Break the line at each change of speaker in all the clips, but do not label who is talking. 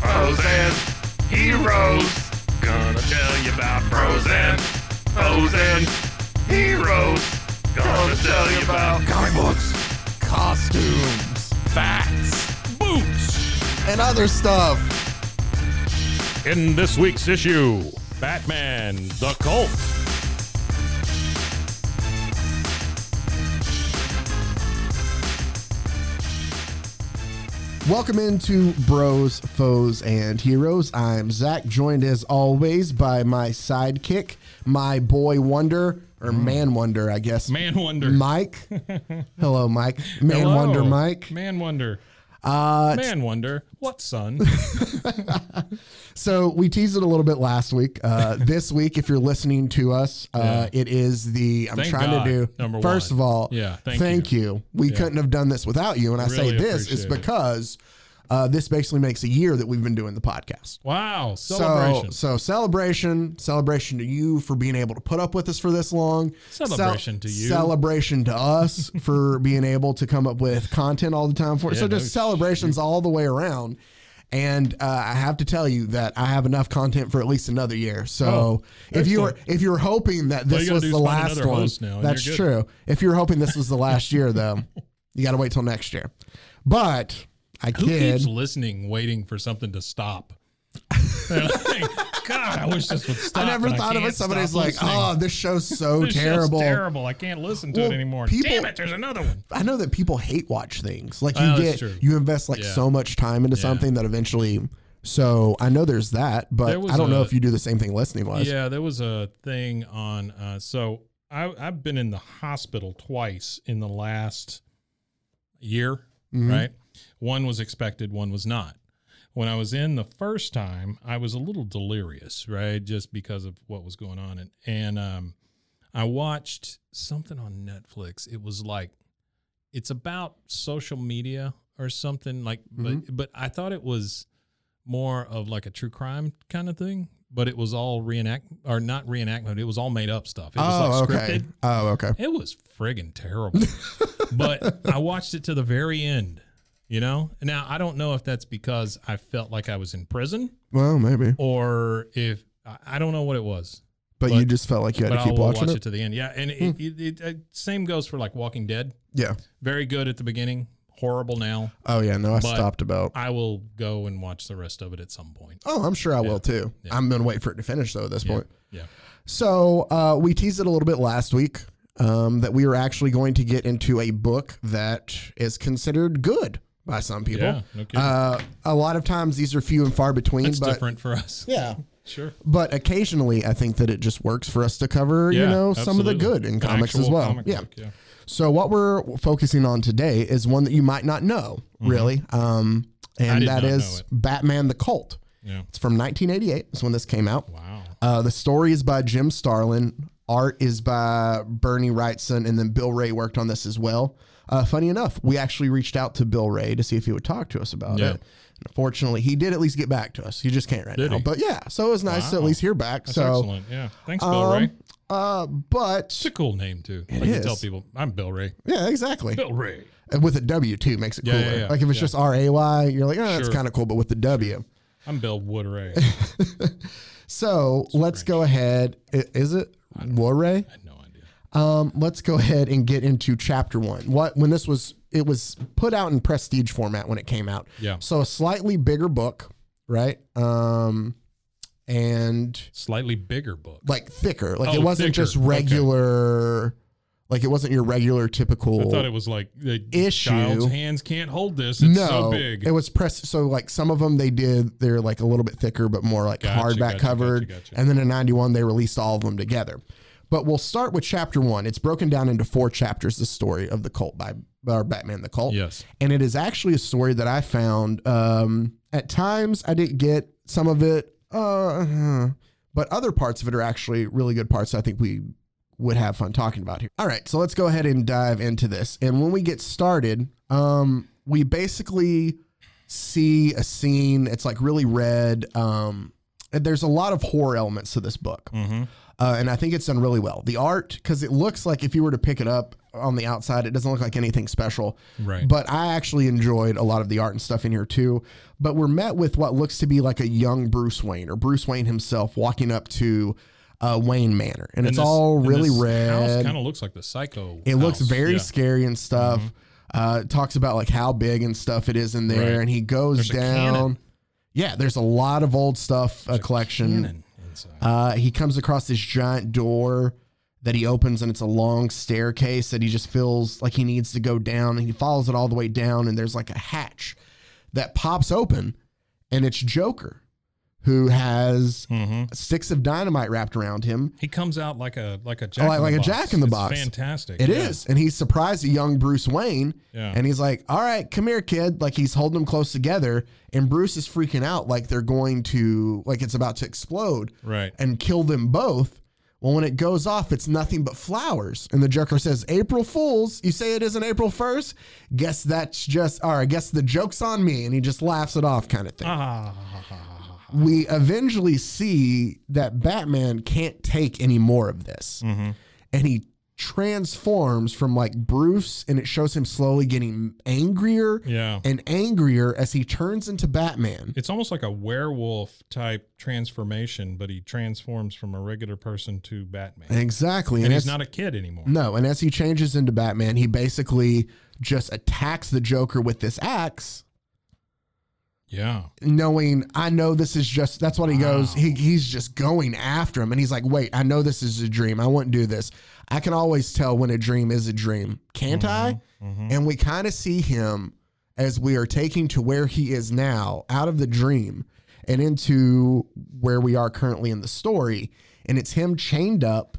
bros and heroes. Gonna tell you about bros and hoes and heroes. Gonna tell you about
comic books, costumes,
Facts. Boots.
and other stuff.
In this week's issue, Batman, the cult.
Welcome into Bros, Foes, and Heroes. I'm Zach, joined as always by my sidekick, my boy Wonder, or Man Wonder, I guess.
Mm. Man Wonder.
Mike. Hello, Mike. Man
Hello.
Wonder, Mike.
Man Wonder.
Uh,
Man Wonder. What son?
So we teased it a little bit last week. Uh, this week, if you're listening to us, uh, it is the I'm
Thank
trying
God,
to do.
number
first
one.
of all,
Yeah, thank
you. We
Yeah.
couldn't have done this without you. And I say
Really
this is
appreciate it.
because uh, this basically makes a year that we've been doing the podcast.
Wow.
So,
Celebration.
so celebration, celebration to you for being able to put up with us for this long. Cel-
Celebration to you.
Celebration to us for being able to come up with content all the time for. so
no
just celebrations all the way around. And uh, I have to tell you that I have enough content for at least another year. So
Oh,
if you were
excellent.
if you were hoping that
you
this
gotta
was
do is
the
find
last
another
one,
host now, and
that's
you're
true. If you were hoping this was the last year, though, you got to wait till next year. But I
Who
kid.
keeps listening, waiting for something to stop? They're like, God, I wish this would stop.
I never
but
thought of
can't
it. Somebody's
stop
like,
listening.
"Oh, this show's so
This show's
terrible."
terrible. I can't listen to
Well,
it anymore.
people-
Damn it, there's another one.
I know that people hate watch things. Like you
Oh, that's
get,
true.
you invest like
Yeah.
so much time into
Yeah.
something that eventually. So I know there's that, but
There was
I don't know
a-
if you do the same thing listening wise.
Yeah, there was a thing on. Uh, so I, I've been in the hospital twice in the last year,
Mhm.
right? One was expected, one was not. When I was in the first time, I was a little delirious, right? Just because of what was going on. And, and um, I watched something on Netflix. It was like, it's about social media or something like,
Mm-hmm.
but, but I thought it was more of like a true crime kind of thing, but it was all reenact or not reenactment. It was all made up stuff. It
Oh,
was like
okay.
scripted.
Oh, okay.
It was friggin' terrible. but I watched it to the very end, you know? Now, I don't know if that's because I felt like I was in prison
Well, maybe.
or if I- I don't know what it was,
But, you just felt like you had
but
to
I
keep
will
watching
watch
it. Hmm.
it to the end. Yeah. And it, it, it, it, same goes for like Walking Dead.
Yeah.
Very good at the beginning, horrible now.
Oh yeah. No, I
But-
stopped about.
I will go and watch the rest of it at some point.
Oh, I'm sure I will too.
Yeah.
I'm gonna wait for it to finish though. At this point.
Yeah.
So uh, we teased it a little bit last week um, that we were actually going to get into a book that is considered good by some people.
Yeah, no kidding.
uh, a lot of times these are few and far between,
It's
but
different for us.
yeah.
Sure.
But occasionally, I think that it just works for us to cover, you
Yeah,
know, some of the
absolutely.
good in
An
comics as
actual
well.
comic
yeah.
book, yeah.
So what we're focusing on today is one that you might not know, really, um, and
Mm-hmm. did
that
not know
is
it.
Batman the Cult.
Yeah.
It's from 1988. That's when this came out.
Wow.
Uh, the story is by Jim Starlin. Art is by Bernie Wrightson, and then Bill Ray worked on this as well. Uh, funny enough, we actually reached out to Bill Ray to see if he would talk to us about
Yeah.
it. Unfortunately, he did at least get back to us. He just can't right
Did
now.
he?
But yeah, so it was nice to at
Wow.
least hear back.
That's
so,
excellent. Yeah. Thanks, Bill Ray.
um, uh, but
It's a cool name too. Like you
is.
tell people, I'm Bill Ray.
yeah, exactly.
Bill Ray.
And with a W too makes it
Yeah,
cooler.
yeah, yeah,
like if it's
yeah.
just R A Y, you're like, oh, that's
Sure.
kind of cool. But with the W,
I'm Bill Wood Ray.
so let's go ahead. I- Is it Warray?
I had no idea.
Um, let's go ahead and get into chapter one. What when this was it was put out in prestige format when it came out.
Yeah.
So a slightly bigger book, right? Um, and
Slightly bigger book.
like thicker. Like it
Oh,
wasn't
thicker.
just
Okay.
regular. Like it wasn't your regular typical.
I thought it was like the
Issue.
child's hands can't hold this. It's
no,
so big.
it was press. So like some of them they did, they're like a little bit thicker, but more like
Gotcha,
hardback
gotcha,
covered.
gotcha, gotcha.
And then in '91 they released all of them together. But we'll start with chapter one. It's broken down into four chapters. The story of the cult by or Batman the cult.
Yes.
and it is actually a story that I found. Um, at times I didn't get some of it, uh, huh. but other parts of it are actually really good parts. I think we would have fun talking about here. All right, so let's go ahead and dive into this. And when we get started, um, we basically see a scene. It's like really red. Um, and there's a lot of horror elements to this book.
Mm-hmm.
Uh, and I think it's done really well. The art, because it looks like if you were to pick it up on the outside. It doesn't look like anything special.
Right.
But I actually enjoyed a lot of the art and stuff in here too. But we're met with what looks to be like a young Bruce Wayne or Bruce Wayne himself walking up to uh, Wayne Manor, and, it's all really red.
Kind of looks like the psycho.
It looks
house.
very
Yeah. Mm-hmm.
scary and stuff. Uh, it talks about like how big and stuff it is in there,
Right.
and he goes
There's a
down.
cannon.
Yeah, there's a lot of old stuff, a
There's
collection.
cannon inside.
uh, he comes across this giant door that he opens, and it's a long staircase that he just feels like he needs to go down, and he follows it all the way down, and there's like a hatch that pops open, and it's Joker, who has
hmm
sticks of dynamite wrapped around him,
He comes out like a like a jack
Oh, like-
in
like
the
a
box.
Jack in the
It's
Box.
Fantastic.
It is,
yeah.
And he surprised a young Bruce Wayne.
Yeah.
And he's like, all right, come here, kid. Like he's holding them close together. And Bruce is freaking out like they're going to, like it's about to explode
Right.
and kill them both. Well, when it goes off, it's nothing but flowers. And the Joker says, April Fools, you say it isn't April 1st? Guess that's just, or I guess the joke's on me. And he just laughs it off kind of thing
Ah.
we eventually see that Batman can't take any more of this.
Mm-hmm.
And he transforms from like Bruce, and it shows him slowly getting angrier
Yeah.
and angrier as he turns into Batman.
It's almost like a werewolf type transformation, but he transforms from a regular person to Batman. And,
Exactly.
he's
as-
not a kid anymore.
No, and as he changes into Batman, he basically just attacks the Joker with this axe,
Yeah.
knowing I know this is just that's what he goes. He, he's just going after him, and he's like, "Wait, I know this is a dream. I wouldn't do this. I can always tell when a dream is a dream, can't I?"
Mhm.
And we kind of see him as we are taking to where he is now, out of the dream and into where we are currently in the story, and it's him chained up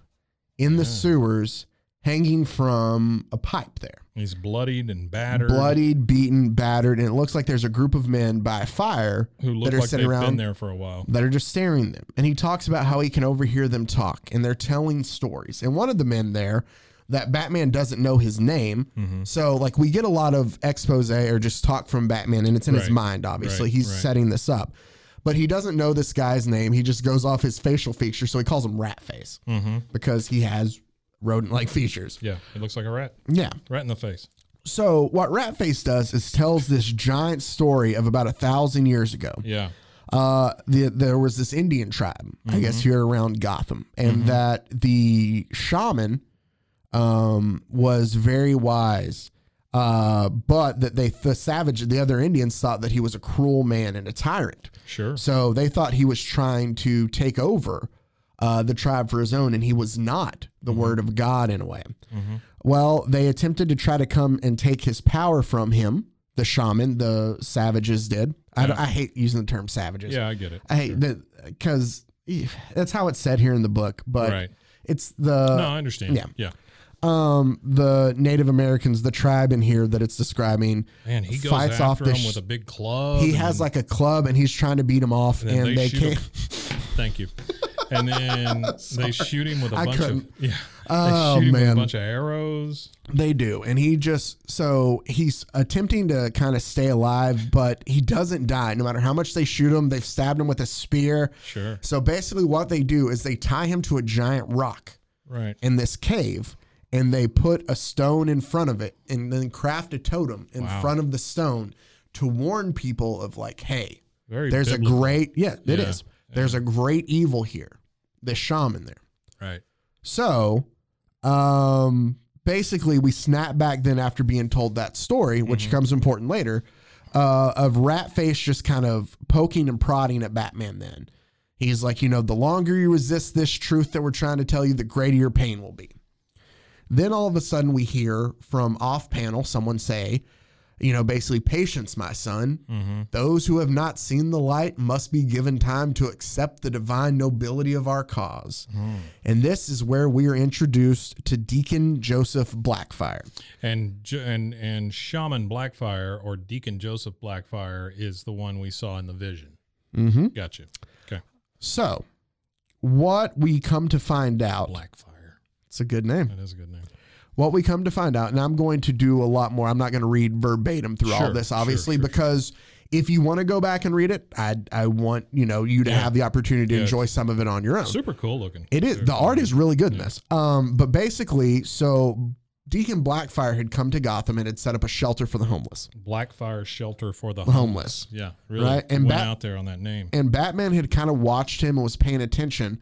in the sewers, hanging from a pipe there
He's bloodied and battered.
bloodied, beaten, battered, and it looks like there's a group of men by a fire
Who look
that are
like they've
sitting around
been there for a while.
that are just staring at them. And he talks about how he can overhear them talk and they're telling stories. And one of the men there that Batman doesn't know his name.
Mm-hmm.
So like we get a lot of expose or just talk from Batman and it's in his
Right.
mind, obviously.
Right,
He's
right.
setting this up. But he doesn't know this guy's name. He just goes off his facial features. So he calls him Rat Face
Mm-hmm.
because he has rodent like features.
Yeah. It looks like a rat.
Yeah.
Rat in the face.
So what Ratface does is tells this giant story of about a thousand years ago.
Yeah.
Uh, the, there was this Indian tribe, I guess, here around Gotham, and that the shaman um, was very wise, uh, but that they the savage, the other Indians thought that he was a cruel man and a tyrant.
Sure.
So they thought he was trying to take over uh, the tribe for his own, and he was not the
Mm-hmm.
word of God in a way. Well, they attempted to try to come and take his power from him. The shaman, the savages did. I, don't- I hate using the term savages.
Yeah, I get it.
I hate that because that's how it's said here in the book, but
Right.
it's the
No, I understand.
yeah.
Yeah. Yeah.
um the Native Americans, the tribe in here that it's describing.
Man, he goes
Fights
after
off the
him
sh-
with a big club.
He
and
has like a club, and he's trying to beat him off,
then
and they,
shoot him.
can't.
Thank you. And then they shoot him with a
I
bunch
couldn't.
of yeah.
Oh,
they shoot him with
man.
a bunch of arrows.
They do. And he just, so he's attempting to kind of stay alive, but he doesn't die. No matter how much they shoot him, they've stabbed him with a spear.
Sure.
So basically, what they do is they tie him to a giant rock
Right.
in this cave and they put a stone in front of it and then craft a totem in
Wow.
front of the stone to warn people of, like, hey,
Very
there's a
biblical.
great, yeah, it
Yeah,
is. There's a great evil here, the shaman there.
right.
So, um, basically, we snap back then after being told that story, which comes important later, uh, of Ratface just kind of poking and prodding at Batman. Then he's like, you know, the longer you resist this truth that we're trying to tell you, the greater your pain will be. Then all of a sudden, we hear from off panel someone say, you know, basically, patience, my son.
Mm-hmm.
Those who have not seen the light must be given time to accept the divine nobility of our cause.
Mm-hmm.
And this is where we are introduced to Deacon Joseph Blackfire.
And J- and and Shaman Blackfire or Deacon Joseph Blackfire is the one we saw in the vision.
Mm-hmm.
Gotcha. Okay.
So, what we come to find out,
Blackfire.
it's a good name.
That is a good name.
What we come to find out, and I'm going to do a lot more. I'm not going to read verbatim through all
Sure,
this,
sure,
obviously,
sure, sure.
because if you want to go back and read it, I I want you know you to
Yeah.
have the opportunity to
Yeah.
enjoy some of it on your own.
Super cool looking.
Oh. It is
Very
the
cool.
art is really good in this. Um, but basically, so Deacon Blackfire had come to Gotham and had set up a shelter for the homeless.
Blackfire Shelter for the Homeless.
Homeless.
Yeah, really
Oh Right, and
went
Bat-
out there on that name.
And Batman had kind of watched him and was paying attention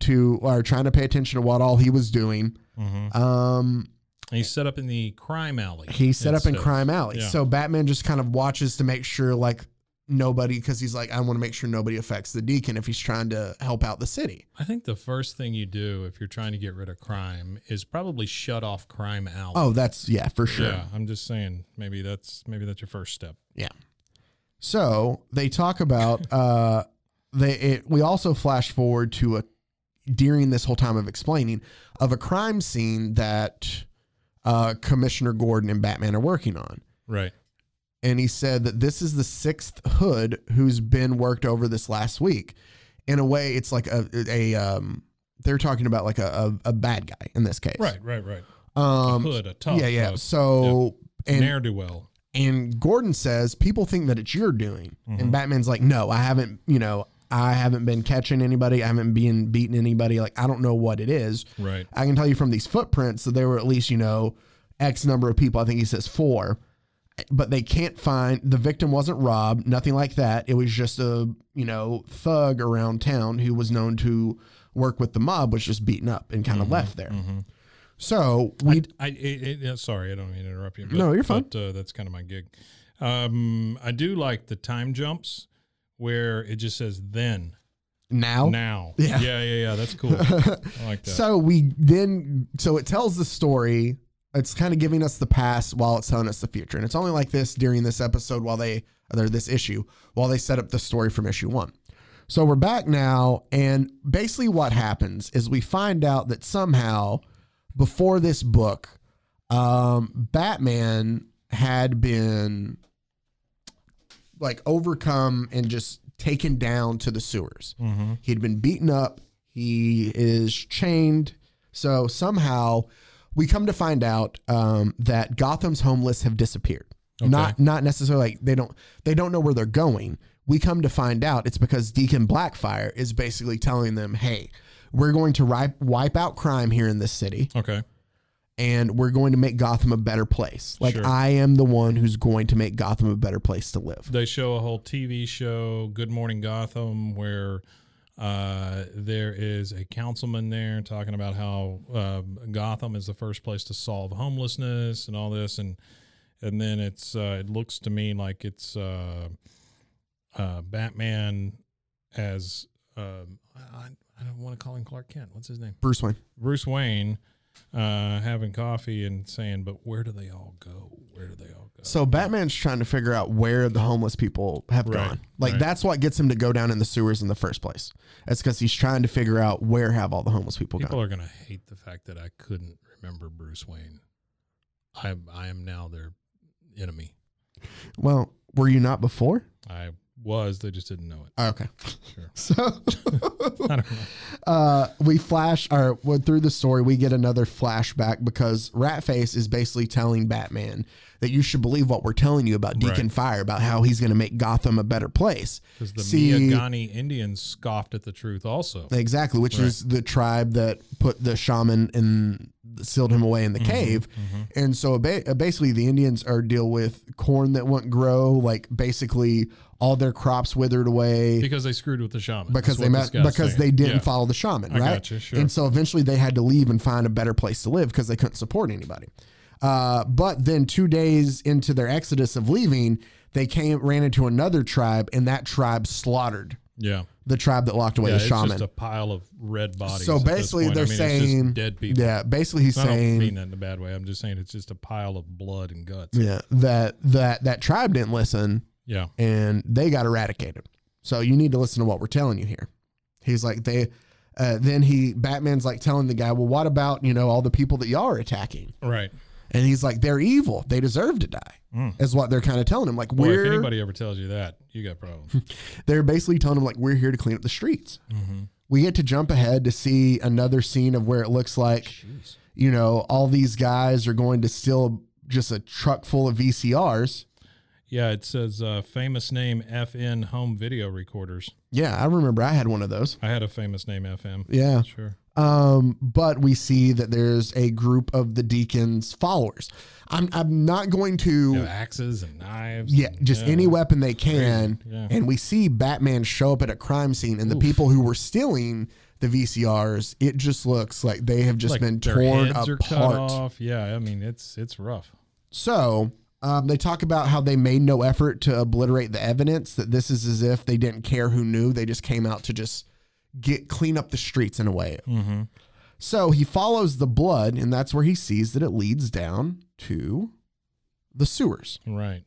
to or trying to pay attention to what all he was doing.
hmm
Um,
And he's set up in the crime alley.
he set up in
instead.
Crime Alley.
Yeah.
So Batman just kind of watches to make sure like nobody because he's like, I want to make sure nobody affects the deacon if he's trying to help out the city.
I think the first thing you do if you're trying to get rid of crime is probably shut off crime alley.
Oh, that's yeah, for sure.
yeah. I'm just saying, maybe that's maybe that's your first step.
So they talk about uh, they. It, we also flash forward to a during this whole time of explaining of a crime scene that uh, Commissioner Gordon and Batman are working on,
Right.
and he said that this is the sixth hood who's been worked over this last week. In a way, it's like a a um, they're talking about like a, a a bad guy in this case,
Right. Right. Right.
Um,
Hood, a tough.
yeah, yeah.
hood.
So and
Ne'er do well.
and Gordon says, people think that it's your doing.
Mhm.
And Batman's like, no, I haven't, you know, I haven't been catching anybody. I haven't been beating anybody. Like, I don't know what it is.
Right.
I can tell you from these footprints that there were at least, you know, X number of people. I think he says four, but they can't find the victim wasn't robbed, nothing like that. It was just a, you know, thug around town who was known to work with the mob, was just beaten up and kind of left there.
mhm.
So we,
I, it, it, yeah, sorry, I don't mean to interrupt you.
No, you're fine.
But, uh, that's kind of my gig. Um, I do like the time jumps where it just says then,
now,
now.
Oh, Yeah.
yeah, yeah, yeah. That's cool. I like that.
So we then, so it tells the story. It's kind of giving us the past while it's telling us the future, and it's only like this during this episode while they or this issue while they set up the story from issue one. So we're back now, and basically what happens is we find out that somehow before this book, um, Batman had been like overcome and just taken down to the sewers.
Mhm.
He'd been beaten up. He is chained. So somehow we come to find out um, that Gotham's homeless have disappeared.
Okay.
Not not necessarily like they don't they don't know where they're going. We come to find out it's because Deacon Blackfire is basically telling them, "Hey, we're going to ri- wipe out crime here in this city,
Okay.
and we're going to make Gotham a better place. Like
Sure.
I am the one who's going to make Gotham a better place to live."
They show a whole TV show, Good Morning Gotham, where uh, there is a councilman there talking about how uh, Gotham is the first place to solve homelessness and all this, and and then it's uh, it looks to me like it's uh, uh, Batman as um, I, I don't want to call him Clark Kent. What's his name?
Bruce Wayne.
Bruce Wayne. Uh, having coffee and saying, but where do they all go? Where do they all go?
So Batman's trying to figure out where the homeless people have
Right,
gone. Like
right.
that's what gets him to go down in the sewers in the first place. That's because he's trying to figure out where have all the homeless people
People
gone.
are gonna hate the fact that I couldn't remember Bruce Wayne. I I am now their enemy.
well, were you not before?
I was. They just didn't know it.
Oh, okay.
Sure.
So
I don't know.
uh, we flash or well, through the story, we get another flashback because Ratface is basically telling Batman that you should believe what we're telling you about Deacon
Right.
Fire, about how he's going to make Gotham a better place.
Because the
See-
Miyagani Indians scoffed at the truth. Also,
Exactly, which
Right.
is the tribe that put the shaman and sealed him away in
Mm-hmm,
the cave. And so ba- uh, basically, the Indians are deal with corn that won't grow, like basically all their crops withered away
because they screwed with the shaman.
because
That's
they
what
met,
this guy's
because
saying.
they didn't
Yeah.
follow the shaman,
I
right?
gotcha, sure.
And so eventually they had to leave and find a better place to live because they couldn't support anybody. Uh, but then two days into their exodus of leaving, they came ran into another tribe, and that tribe slaughtered
Yeah,
the tribe that locked away
yeah.
the
It's
shaman.
just a pile of red bodies.
So
at this
basically,
point.
they're
I mean, it's just
saying
dead people.
Yeah, basically he's
I don't mean
saying
that in a bad way. I'm just saying it's just a pile of blood and guts.
yeah that that that tribe didn't listen
Yeah.
and they got eradicated. So you need to listen to what we're telling you here. He's like they. Uh, then he Batman's like telling the guy, well, what about you know all the people that y'all are attacking?
Right.
And he's like, they're evil. They deserve to die.
Mm.
Is what they're kind of telling him. Like
Boy,
we're
if anybody ever tells you that, you got problems.
they're basically telling him like we're here to clean up the streets.
mm-hmm.
We get to jump ahead to see another scene of where it looks like
Jeez.
you know, all these guys are going to steal just a truck full of VCRs.
Yeah, it says uh, famous name FN home video recorders.
Yeah, I remember I had one of those.
I had a famous name FM.
Yeah.
Sure.
Um, but we see that there's a group of the deacon's followers. I'm I'm not going to
You know, axes and knives.
yeah,
and-
just
yeah.
any weapon they can.
Yeah.
And we see Batman show up at a crime scene, and the
Oof.
people who were stealing the VCRs, it just looks like they have just
Like,
been
their
torn
heads are cut
apart.
off. Yeah, I mean it's it's rough.
So um, they talk about how they made no effort to obliterate the evidence, that this is as if they didn't care who knew. They just came out to just get clean up the streets in a way.
Mm-hmm.
So he follows the blood, and that's where he sees that it leads down to the sewers.
Right.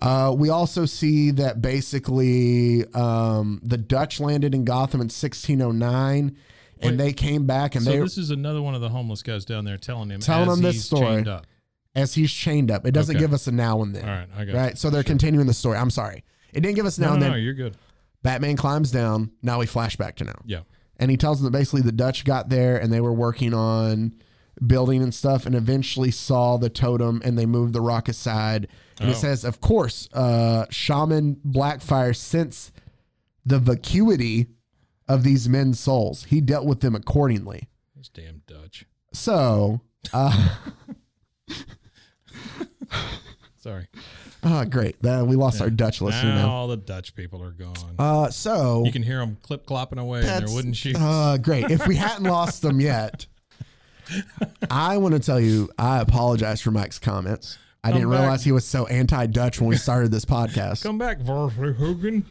Uh, we also see that basically um, the Dutch landed in Gotham in 1609, and
Wait.
they came back, and
so
they
this is another one of the homeless guys down there telling him
Telling
as
him this
he's
story.
chained up.
as he's chained up. It doesn't
Okay.
give us a now and then,
All right, I got
right? So they're continuing the story. I'm sorry, it didn't give us
It.
now
No, no,
and
no,
then.
you're good.
Batman climbs down. Now we flash back to now,
Yeah.
and he tells them that basically the Dutch got there and they were working on building and stuff, and eventually saw the totem and they moved the rock aside. And it
Oh.
says, of course, uh, Shaman Blackfire since the vacuity of these men's souls. He dealt with them accordingly.
This damn Dutch.
So, uh,
Sorry.
oh, great. That, we lost our Dutch listener
now
now.
all the Dutch people are gone.
Uh, so,
you can hear them clip clopping away in their
That's-
wooden shoes.
uh, great. If we hadn't lost them yet, I want to tell you, I apologize for Mike's comments. I
Come
didn't
back.
realize he was so anti Dutch when we started this podcast.
Come back, Verhoeven.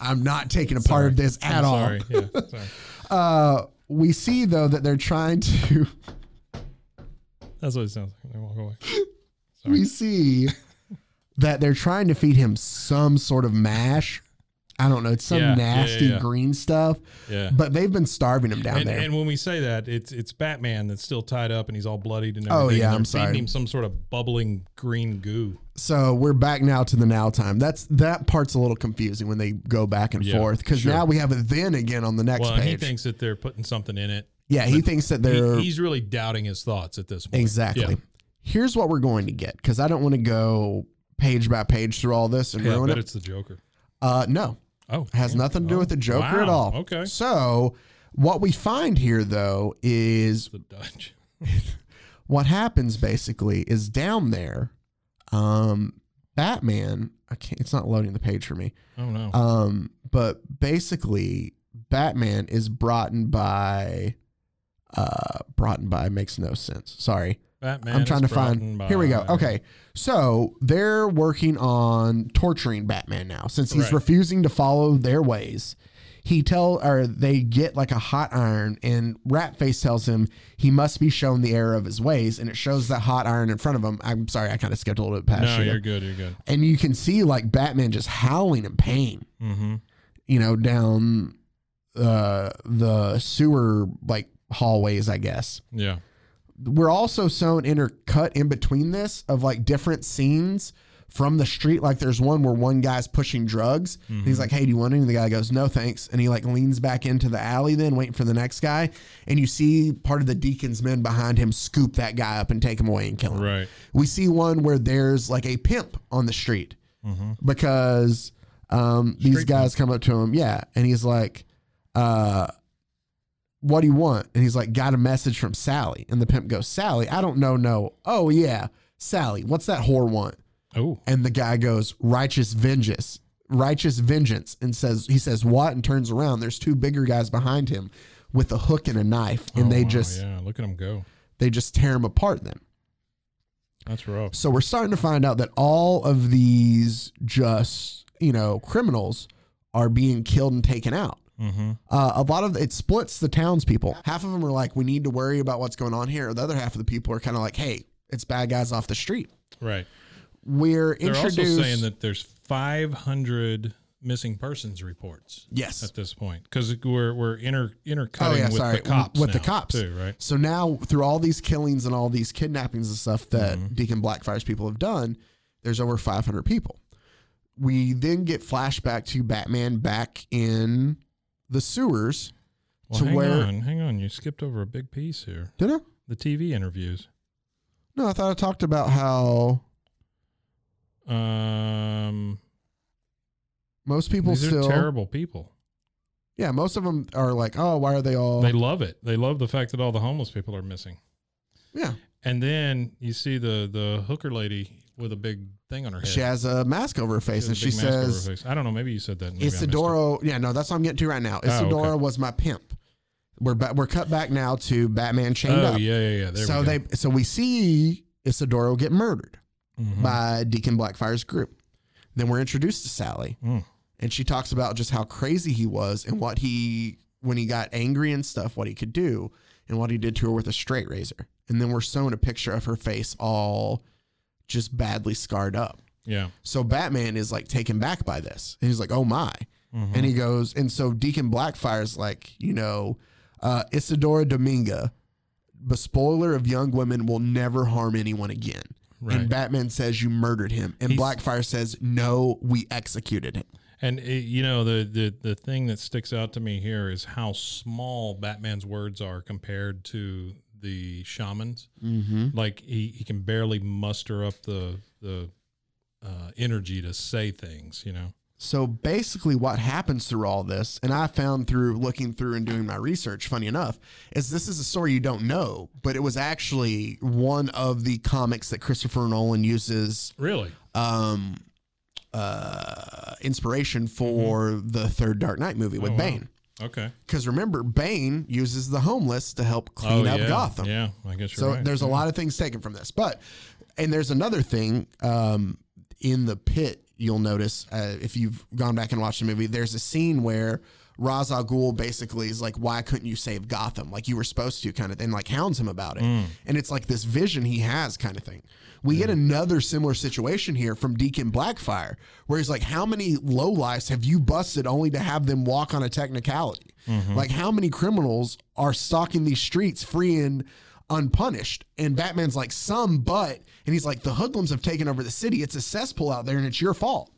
I'm not taking a part of this at
I'm
all.
Sorry. Yeah. Sorry.
Uh, we see though that they're trying to.
That's what it sounds like. when They walk away.
We see that they're trying to feed him some sort of mash. I don't know. It's some
Yeah, yeah,
nasty
yeah.
green stuff.
Yeah.
But they've been starving him down
and,
there.
and when we say that, it's it's Batman that's still tied up and he's all bloodied and
Oh,
everything.
yeah,
and they're
I'm
feeding
sorry.
him some sort of bubbling green goo.
so we're back now to the now time. That's that part's a little confusing when they go back and
Yeah,
forth because
sure.
now we have a then again on the next
Well, and he
page.
thinks that they're putting something in it.
yeah, he
but
thinks that
He-
they're
he's really doubting his thoughts at this point.
exactly.
Yeah.
Here's what we're going to get because I don't want to go page by page through all this and
Yeah, I
ruin
bet
it.
it's the Joker.
Uh, no,
Oh,
Has nothing to do with the Joker at
Wow,
all.
Okay.
So what we find here though is
The Dutch.
what happens basically is down there, um, Batman. I can't, it's not loading the page for me.
Oh no.
Um, but basically, Batman is brought in by. Uh, brought in by makes no sense. Sorry,
Batman.
I'm
is
trying to
brought
find.
in
Here we go.
by-
Okay, so they're working on torturing Batman now since he's
Right.
refusing to follow their ways. He tell or they get like a hot iron, and Ratface tells him he must be shown the error of his ways, and it shows that hot iron in front of him. I'm sorry, I kind of skipped a little bit past
No,
you,
you're good. You're good.
and you can see like Batman just howling in pain
Mm-hmm.
you know, down uh, the sewer like hallways, I guess.
Yeah.
We're also shown intercut in between this of like different scenes from the street. Like there's one where one guy's pushing drugs. And he's like, "Hey, do you want any?" And the guy goes, "No, thanks." And he like leans back into the alley, then waiting for the next guy. And you see part of the deacon's men behind him scoop that guy up and take him away and kill him.
Right.
We see one where there's like a pimp on the street
Mm-hmm.
because um, these
Street
guys come up to him, yeah, and he's like, uh, "What do you want?" And he's like, "Got a message from Sally." And the pimp goes, "Sally, I don't know, no. Oh yeah, Sally, what's that whore want?"
Oh.
And the guy goes, "Righteous vengeance." Righteous vengeance and says he says what and turns around. There's two bigger guys behind him with a hook and a knife, and
Oh,
they
wow,
just
yeah. Look at him go.
they just tear him apart. Then
That's rough.
so we're starting to find out that all of these just, you know, criminals are being killed and taken out.
Mm-hmm.
Uh, a lot of it splits the townspeople. Half of them are like, we need to worry about what's going on here. The other half of the people are kind of like, hey, it's bad guys off the street.
Right.
We're
They're
introduced.
also saying that there's 500 missing persons reports
yes.
at this point because we're we're inter intercutting
Oh, yeah,
with
sorry,
the cops
with the
now,
cops.
too, right?
So now, through all these killings and all these kidnappings and stuff that
Mm-hmm.
Deacon Blackfire's people have done, there's over 500 people. We then get flashback to Batman back in the sewers.
Well,
to
hang
where-
on, hang on. You skipped over a big piece here.
Did I?
The TV interviews.
No, I thought I talked about how
Um,
most people
these
still
are terrible people.
Yeah, most of them are like, oh, why are they all?
They love it. They love the fact that all the homeless people are missing.
yeah,
And then you see the the hooker lady with a big thing on her head.
she has a mask over her face,
has a
and she
big mask over her
says,
face. "I don't know. Maybe you said that." and maybe I missed it.
Isidoro. Yeah, no, that's what I'm getting to right now.
Oh, okay.
Isidoro was my pimp. We're ba- we're cut back now to Batman chained
Oh
up.
yeah, yeah, yeah. There
so
we go.
they so we see Isidoro get murdered
Mhm.
by Deacon Blackfire's group. Then we're introduced to Sally,
Mm.
and she talks about just how crazy he was and what he when he got angry and stuff, what he could do, and what he did to her with a straight razor. And then we're shown a picture of her face all just badly scarred up.
yeah.
So Batman is like taken back by this. And he's like, oh my.
Mhm.
And he goes, and so Deacon Blackfire's like, you know, uh, Isadora Dominga, bespoiler of young women, will never harm anyone again.
Right.
And Batman says, you murdered him. And
He's-
Blackfire says, no, we executed him.
And uh, you know the, the the thing that sticks out to me here is how small Batman's words are compared to the shamans.
Mm-hmm.
Like he, he can barely muster up the the uh, energy to say things. You know.
So basically, what happens through all this, and I found through looking through and doing my research, funny enough, is this is a story you don't know, but it was actually one of the comics that Christopher Nolan uses
Really.
um, uh, inspiration for the third Dark Knight movie with
Mm-hmm. Oh, wow.
Bane.
Okay.
Because remember, Bane uses the homeless to help clean up
Oh, yeah.
Gotham.
Yeah. I guess you're
So
right.
there's a
Yeah.
lot of things taken from this. But, and there's another thing um, in the pit, you'll notice uh, if you've gone back and watched the movie, there's a scene where Ra's al Ghul basically is like, why couldn't you save Gotham? Like you were supposed to, kind of, and like hounds him about it. And it's like this vision he has, kind of thing. We get another similar situation here from Deacon Blackfire, where he's like, how many lowlifes have you busted only to have them walk on a technicality? Like, how many criminals are stalking these streets free and unpunished? And Batman's like, some, but, and he's like, the hoodlums have taken over the city. It's a cesspool out there and it's your fault.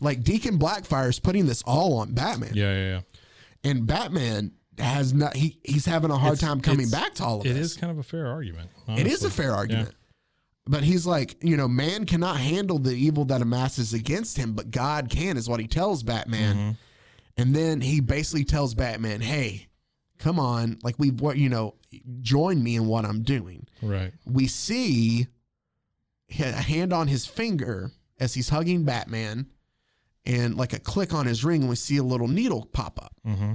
Like, Deacon Blackfire is putting this all on Batman.
Yeah, yeah, yeah.
And Batman has not, he, he's having a hard
It's-
time coming
it's-
back to all of
It
this.
is kind of a fair argument.
It is
honestly.
a fair argument. But he's like, you know, man cannot handle the evil that amasses against him, but God can, is what he tells
Mm-hmm.
Batman. And then he basically tells Batman, hey, come on, like we, what, you know, join me in what I'm doing.
Mm-hmm. Right.
We see he- a hand on his finger as he's hugging Batman and like a click on his ring, and we see a little needle pop up.
Mm-hmm.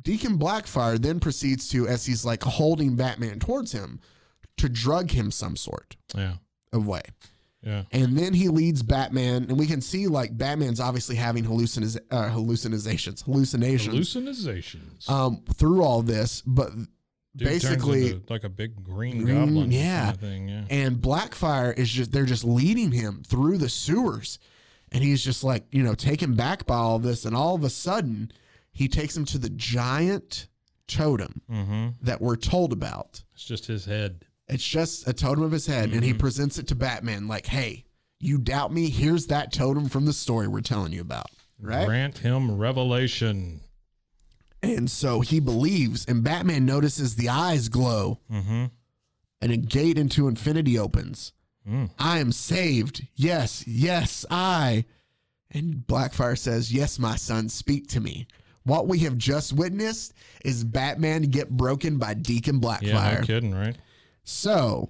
Deacon Blackfire then proceeds to, as he's like holding Batman towards him, to drug him some sort
Yeah.
of way.
Yeah.
And then he leads Batman, and we can see like Batman's obviously having halluciniz- uh, hallucinations, hallucinations
Hallucinations.
um, through all this. But
Dude turns
basically-
into like a big green
Green-
goblin.
yeah.
Kind of thing. Yeah.
and Blackfire is just they're just leading him through the sewers, and he's just like you know taken back by all this, and all of a sudden he takes him to the giant totem
Mm-hmm.
that we're told about.
It's just his head.
It's just a totem of his head, and he presents it to Batman like, "Hey, you doubt me? Here's that totem from the story we're telling you about." Right?
Grant him revelation.
And so he believes, and Batman notices the eyes glow,
Mm-hmm.
and a gate into infinity opens.
Mm.
I am saved. Yes, yes, I. And Blackfire says, Yes, my son, speak to me. What we have just witnessed is Batman get broken by Deacon Blackfire.
Yeah. No kidding, right?
So,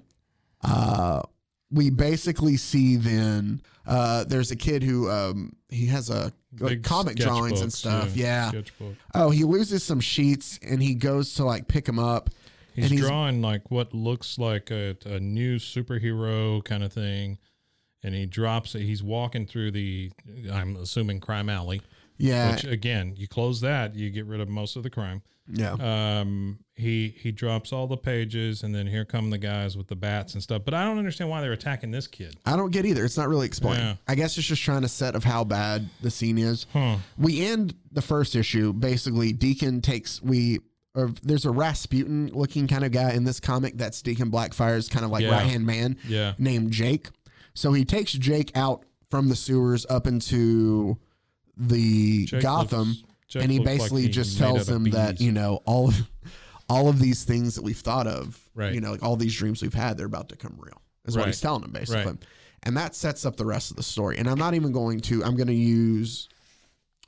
uh, we basically see then uh, there's a kid who um, he has a like,
Big
comic drawings and
sketchbooks,
stuff. Yeah.
Sketchbook.
Oh, he loses some sheets and he goes to like pick them up.
He's,
And he's-
drawing like what looks like a, a new superhero kind of thing. And he drops it. He's walking through the, I'm assuming, crime alley,
Yeah.
which again, you close that, you get rid of most of the crime.
no.
um he he drops all the pages and then here come the guys with the bats and stuff but i don't understand why they're attacking this kid
I don't get either. It's not really explained.
Yeah.
I guess it's just trying to set of how bad the scene is.
huh
We end the first issue basically. Deacon takes we. Or there's a Rasputin looking kind of guy in this comic that's Deacon Blackfire's kind of like
Yeah.
right hand man
yeah
named Jake. So he takes Jake out from the sewers up into the
Jake
Gotham.
looks- Jake
and he
looks like
basically
he's
just
made out
tells
of
them that
bees.
you know all of all of these things that we've thought of
Right.
you know like all these dreams we've had they're about to come real is what
Right.
he's telling them basically
Right.
and that sets up the rest of the story and i'm not even going to i'm going to use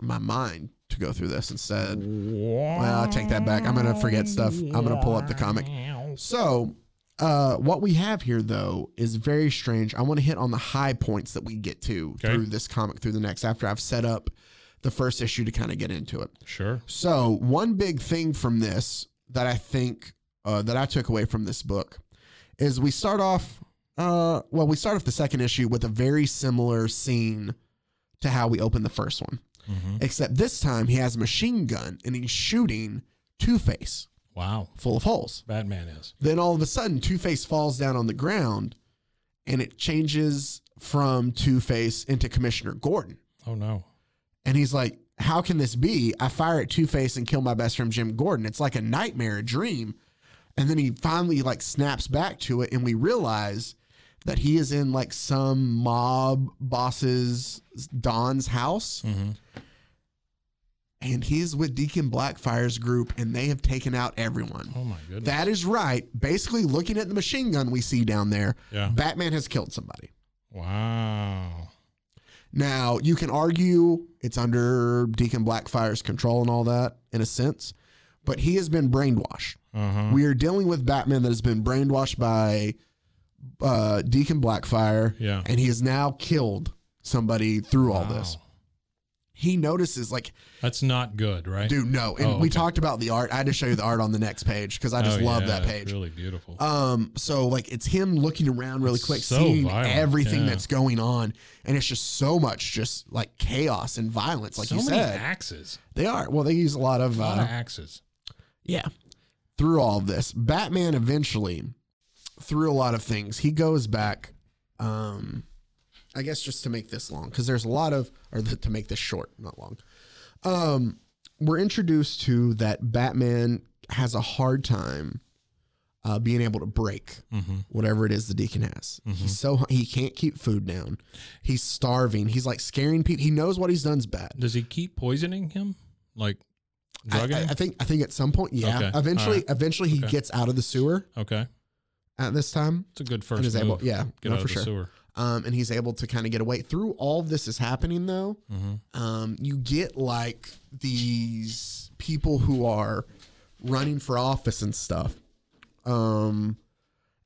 my mind to go through this instead. Well, I take that back. I'm gonna forget stuff. I'm gonna pull up the comic. So, uh, what we have here though is very strange. I want to hit on the high points that we get to
Okay.
through this comic through the next after I've set up the first issue to kind of get into it.
Sure.
So, one big thing from this that I think uh, that I took away from this book is we start off. Uh, well, we start off the second issue with a very similar scene to how we opened the first one,
Mhm.
except this time he has a machine gun and he's shooting Two Face
Wow.
full of holes.
Batman is.
Then all of a sudden, Two Face falls down on the ground, and it changes from Two Face into Commissioner Gordon.
Oh no.
And he's like, How can this be? I fire at Two Face and kill my best friend Jim Gordon. It's like a nightmare, a dream. And then he finally like snaps back to it, and we realize that he is in like some mob boss's Don's house,
hmm
and he's with Deacon Blackfire's group, and they have taken out everyone.
Oh my goodness.
That is right. Basically, looking at the machine gun we see down there,
yeah.
Batman has killed somebody.
Wow.
Now, you can argue it's under Deacon Blackfire's control and all that, in a sense, but he has been brainwashed.
Uh huh.
We are dealing with Batman that has been brainwashed by uh, Deacon Blackfire,
Yeah.
and he has now killed somebody through all this.
Wow.
He notices, like,
That's not good, right?
dude, no. And
Oh,
we
okay.
talked about the art. I had to show you the art on the next page because I just
Oh,
love
yeah,
that
it's
page.
Really beautiful.
Um, so like it's him looking around really
It's
quick,
so
seeing
violent,
everything
yeah.
that's going on, and it's just so much, just like chaos and violence, like
so
you
many
said.
axes.
they are well, they use a lot of
A
uh,
lot of axes.
yeah through all of this. Batman eventually, through a lot of things, he goes back. Um, I guess just to make this long, because there's a lot of, or th- to make this short, not long. Um, we're introduced to that Batman has a hard time uh, being able to break
Mm-hmm.
whatever it is the deacon has. He's so hu- he can't keep food down. He's starving. He's like scaring people. He knows what he's done's bad.
Does he keep poisoning him? Like
I,
drugging
I-
him?
I think I think at some point, yeah.
Okay,
Eventually,
alright.
eventually he
Okay.
gets out of the sewer
okay.
at this time.
It's a good
And
first
is
move.
able, yeah,
Get
no,
out
for
of the
sure.
sewer.
Um, and he's able to kind of get away. Through all this is happening though,
Mm-hmm.
um, you get like these people who are running for office and stuff. Um,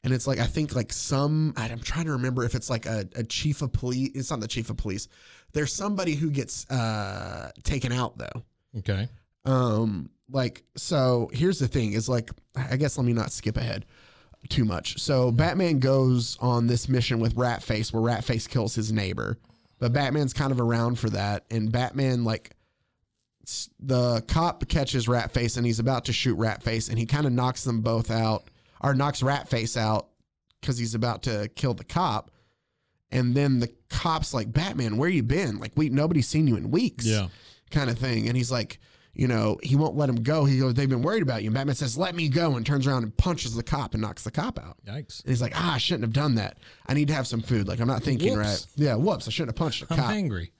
and it's like I think like some I- I'm trying to remember if it's like a, a chief of police. It's not the chief of police. There's somebody who gets uh, taken out though.
Okay.
Um, like so here's the thing is like I guess let me not skip ahead too much. So Batman goes on this mission with Ratface where Ratface kills his neighbor. But Batman's kind of around for that and Batman like s- the cop catches Ratface and he's about to shoot Ratface and he kind of knocks them both out or knocks Ratface out cuz he's about to kill the cop. And then the cop's like, "Batman, where you been? Like we nobody's seen you in weeks."
Yeah.
kind of thing. And he's like, you know, he won't let him go. He goes, they've been worried about you. And Batman says, let me go, and turns around and punches the cop and knocks the cop out.
Yikes.
And he's like, ah, I shouldn't have done that. I need to have some food. Like, I'm not thinking
Whoops.
right. Yeah, whoops, I shouldn't have punched the
I'm
cop.
angry.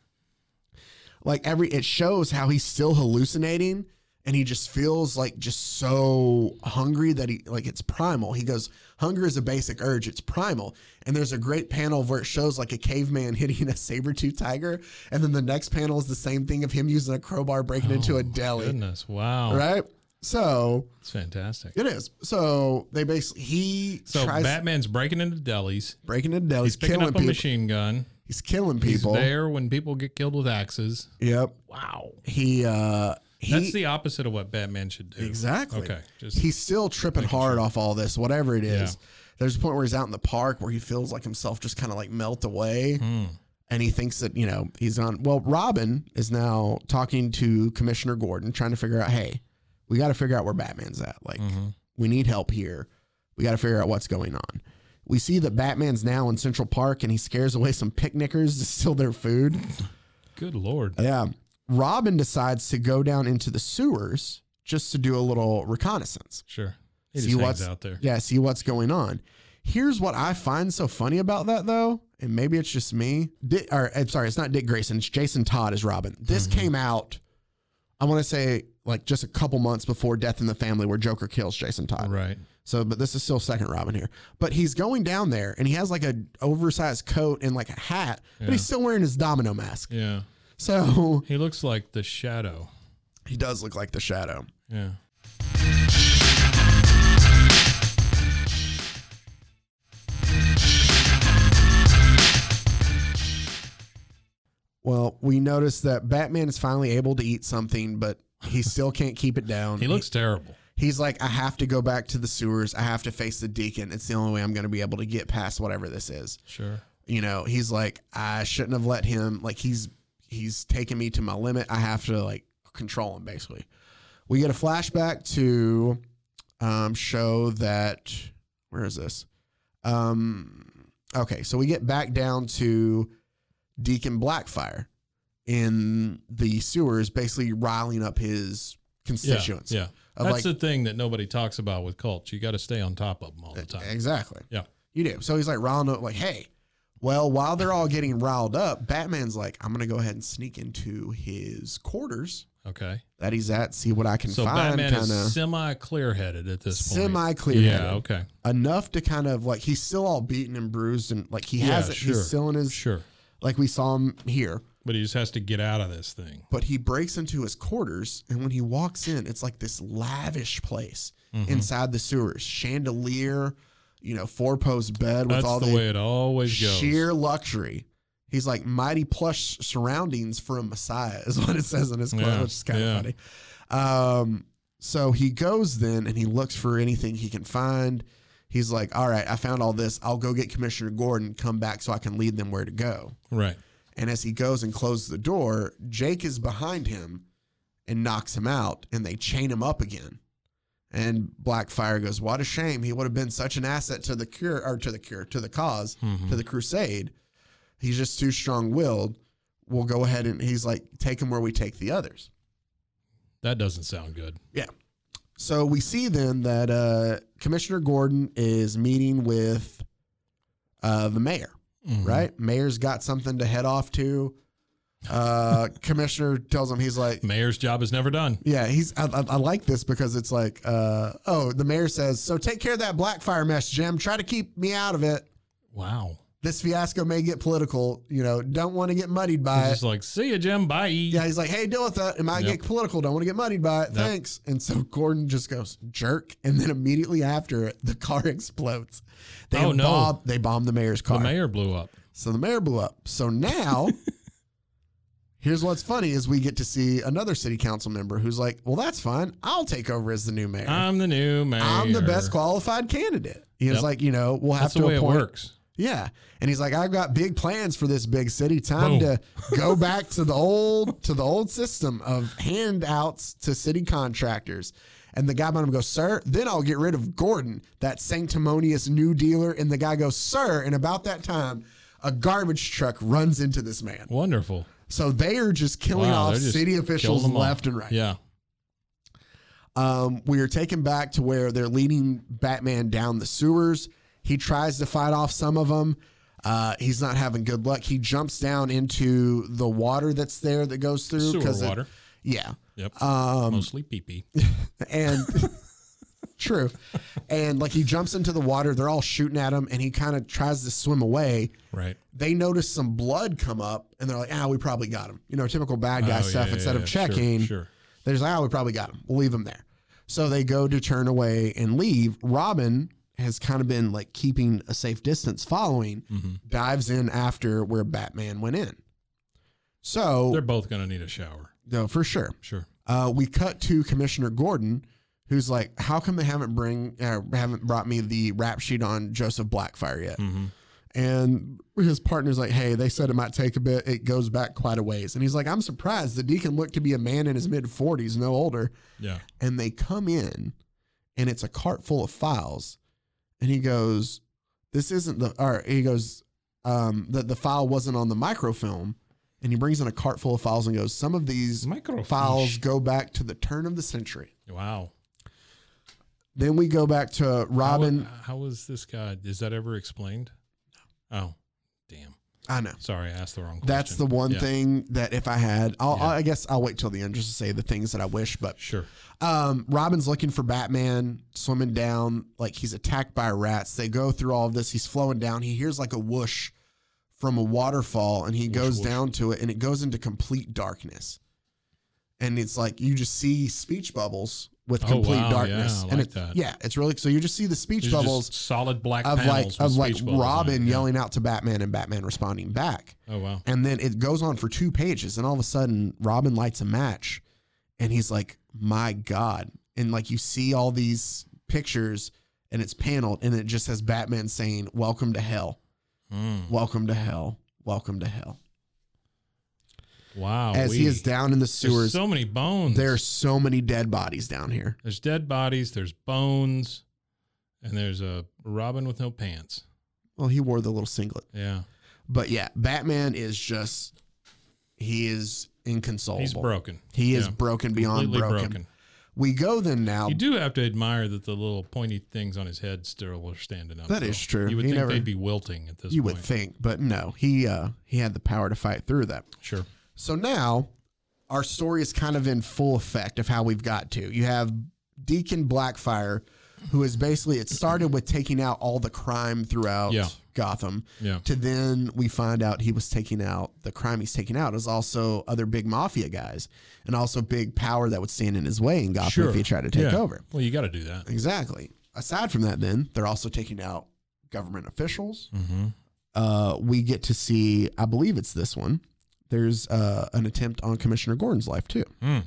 Like, every, it shows how he's still hallucinating and he just feels like just so hungry that he, like, it's primal. He goes, hunger is a basic urge, it's primal. And there's a great panel where it shows like a caveman hitting a saber tooth tiger. And then the next panel is the same thing of him using a crowbar breaking into a
Oh, my
deli
Goodness. Wow.
right? So
It's fantastic.
it is. So they basically he
So
tries
Batman's breaking into delis.
breaking into delis,
He's picking
killing
up a
people.
machine gun.
He's killing
He's
people.
there when people get killed with axes.
Yep.
Wow.
He uh he
That's the opposite of what Batman should do.
exactly.
Okay. Just
He's still tripping hard off all this, whatever it is.
Yeah.
There's a point where he's out in the park where he feels like himself just kind of like melt away.
Hmm.
And he thinks that, you know, he's on. Well, Robin is now talking to Commissioner Gordon, trying to figure out, hey, we got to figure out where Batman's at. Like,
Mhm.
we need help here. We got to figure out what's going on. We see that Batman's now in Central Park and he scares away some picnickers to steal their food.
Good lord.
Yeah. Robin decides to go down into the sewers just to do a little reconnaissance.
Sure. He
See
just hangs
what's-
out there.
Yeah, see what's going on. Here's what I find so funny about that though, and maybe it's just me. Dick, or I'm sorry, it's not Dick Grayson. It's Jason Todd as Robin. This
Mm-hmm.
came out, I want to say, like just a couple months before Death in the Family, where Joker kills Jason Todd.
Right.
So, but this is still second Robin here. But he's going down there, and he has like an oversized coat and like a hat, but
Yeah.
he's still wearing his domino mask.
Yeah.
So
He looks like the shadow
He does look like the shadow.
Yeah.
Well, we notice that Batman is finally able to eat something, but he still can't keep it down.
He looks terrible.
He's like, I have to go back to the sewers. I have to face the deacon. It's the only way I'm going to be able to get past whatever this is.
Sure.
You know, he's like, I shouldn't have let him. Like he's he's taking me to my limit. I have to like control him. Basically, we get a flashback to um, show that where is this? Um, okay, so we get back down to Deacon Blackfire in the sewers, basically riling up his
Yeah.
constituents.
Yeah.
Of
That's
like,
the thing that nobody talks about with cults. You got to stay on top of them all the time.
E, Exactly.
Yeah.
You do. So he's like riling up, like, hey, well, while they're all getting riled up, Batman's like, I'm going to go ahead and sneak into his quarters
Okay.
that he's at, see what I can
So
find.
Batman
Kind
is
of
semi clear headed at this point.
semi clear.
Yeah. Okay.
Enough to kind of like, he's still all beaten and bruised and like he
Yeah,
has it.
sure.
He's still in his,
Sure.
like we saw him here,
But he just has to get out of this thing.
but he breaks into his quarters. And when he walks in, it's like this lavish place
Mhm.
inside the sewers chandelier, you know, four post bed with
That's
all
the way it always goes.
sheer luxury. He's like mighty plush surroundings for a messiah is what it says in his quote,
Yeah,
which is kind of
yeah.
funny. Um, so he goes then and he looks for anything he can find. He's like, "All right, I found all this. I'll go get Commissioner Gordon. Come back so I can lead them where to go."
right.
And as he goes and closes the door, Jake is behind him and knocks him out, and they chain him up again. And Blackfire goes, "What a shame! He would have been such an asset to the cure, or to the cure, to the cause."
Mhm.
to the crusade. He's just too strong willed. We'll go ahead and he's like, take him where we take the others.
That doesn't sound good.
So we see then that uh, Commissioner Gordon is meeting with uh, the mayor,
Mhm.
right? Mayor's got something to head off to. Uh, Commissioner tells him, he's like,
Mayor's job is never done.
yeah, he's. I, I, I like this because it's like, uh, oh, the mayor says, so take care of that Blackfire mess, Jim. Try to keep me out of it.
Wow.
This fiasco may get political. You know, don't want to get muddied by
He's
it.
just like, see you, Jim. Bye.
Yeah, he's like, hey, deal with that. It might
Yep.
get political. Don't want to get muddied by it.
Yep.
Thanks. And so Gordon just goes, jerk. And then immediately after it, the car explodes. They
Oh, no.
bomb- they bombed the mayor's
The
car.
mayor blew up.
so the mayor blew up. So now, here's what's funny is we get to see another city council member who's like, well, that's fine. I'll take over as the new mayor.
I'm the new mayor.
I'm the best qualified candidate. He was
Yep.
like, you know, we'll have
That's
to
the way
appoint
it works.
yeah. And he's like, I've got big plans for this big city. Time
Boom.
to go back to the old to the old system of handouts to city contractors. And the guy behind him goes, Sir, then I'll get rid of Gordon, that sanctimonious new dealer. And the guy goes, Sir, and about that time, a garbage truck runs into this man.
Wonderful.
So they are just killing
Wow,
off
they're just
city officials
killing them
left
off.
and right.
Yeah.
Um, we are taken back to where they're leading Batman down the sewers. He tries to fight off some of them. Uh, he's not having good luck. He jumps down into the water that's there that goes through.
Sewer
'cause it-
water.
yeah.
Yep.
Um,
Mostly pee pee.
and true. And like he jumps into the water. They're all shooting at him and he kind of tries to swim away.
Right.
They notice some blood come up and they're like, ah, we probably got him. You know, typical bad guy
Oh,
stuff.
yeah,
Instead of
yeah, yeah. Sure,
checking,
sure.
they're just like, oh, we probably got him. We'll leave him there. So they go to turn away and leave. Robin has kind of been like keeping a safe distance following, dives in after where Batman went in. So,
They're both going to need a shower.
no, for sure.
Sure.
Uh, we cut to Commissioner Gordon, who's like, "How come they haven't bring uh, haven't brought me the rap sheet on Joseph Blackfire yet?"
Mm-hmm.
And his partner's like, "Hey, they said it might take a bit. It goes back quite a ways." And he's like, "I'm surprised. The deacon looked to be a man in his mid 40s, no older."
Yeah.
And they come in, and it's a cart full of files, and he goes, "This isn't the." Or he goes, um, "The the file wasn't on the microfilm." And he brings in a cart full of files and goes, "Some of these."
Microfiche.
files go back to the turn of the century.
Wow.
Then we go back to
How-
Robin.
How was this guy? Is that ever explained? Oh, damn.
I know.
Sorry, I asked the wrong question.
That's the one
Yeah,
thing that if I had, I'll,
Yeah.
I guess I'll wait till the end just to say the things that I wish. But
Sure.
um, Robin's looking for Batman, swimming down like he's attacked by rats. They go through all of this. He's flowing down. He hears like a whoosh from a waterfall, and he
Whoosh,
goes
whoosh.
down to it, and it goes into complete darkness. and it's like you just see speech bubbles with
Oh,
complete
wow,
darkness.
yeah, I
and
like
it-
that.
yeah, it's really so you just see the speech
These are just
bubbles
solid black
of like
panels with
of like
speech bubbles on
Robin
it, yeah.
yelling out to Batman and Batman responding back.
Oh wow!
And then it goes on for two pages, and all of a sudden, Robin lights a match, and he's like, "My God!" And like you see all these pictures, and it's paneled, and it just has Batman saying, "Welcome to hell,
Mm.
welcome to hell, welcome to hell,"
Wow!
as he is down in the
There's
sewers.
so many bones.
There are so many dead bodies down here.
there's dead bodies. There's bones, and there's a Robin with no pants.
Well, he wore the little singlet,
Yeah,
but yeah, Batman is just—he is inconsolable.
he's broken.
He is
Yeah.
broken beyond
Completely
broken. We go then now.
You do have to admire that the little pointy things on his head still are standing up.
That
though.
is true.
You would
He
think
never-
they'd be wilting at this
you
point.
would think, but no, he uh, he had the power to fight through that.
Sure.
So now our story is kind of in full effect of how we've got to. You have Deacon Blackfire, who is basically it started with taking out all the crime throughout
Yeah.
Gotham.
Yeah.
To then we find out he was taking out the crime he's taking out is also other big mafia guys and also big power that would stand in his way in Gotham
Sure.
if he tried to take
Yeah.
over.
Well, you got to do that.
Exactly. Aside from that, then they're also taking out government officials.
Mm-hmm.
Uh, we get to see, I believe it's this one. There's uh, an attempt on Commissioner Gordon's life too.
Mm.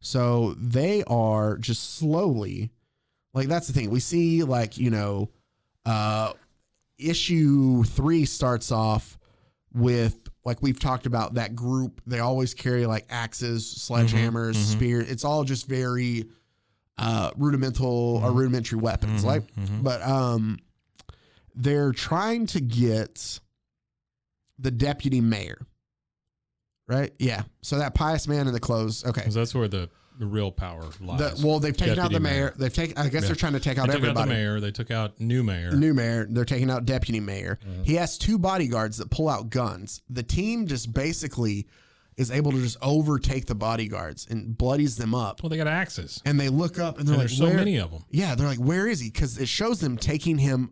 So they are just slowly, like that's the thing. We see like you know, uh, issue three starts off with like we've talked about that group. They always carry like axes, sledgehammers,
mhm.
spear. It's all just very uh, rudimental or
Mhm.
rudimentary weapons,
Mhm,
like.
mhm.
But um, they're trying to get the deputy mayor. Right? Yeah. So that pious man in the clothes. Okay.
'Cause that's where the, the real power
The,
lies.
well, they've taken out
Deputy
the mayor.
mayor.
They've taken. I guess
Yeah.
they're trying to take
they
out
took out
everybody.
the mayor. They took out new mayor.
New mayor. They're taking out deputy mayor.
Mhm.
He has two bodyguards that pull out guns. The team just basically is able to just overtake the bodyguards and bloodies them up.
well, they got axes.
And they look up and they're
And
like,
there's so
"Where-"
many of them.
Yeah, they're like, "Where is he?" Because it shows them taking him,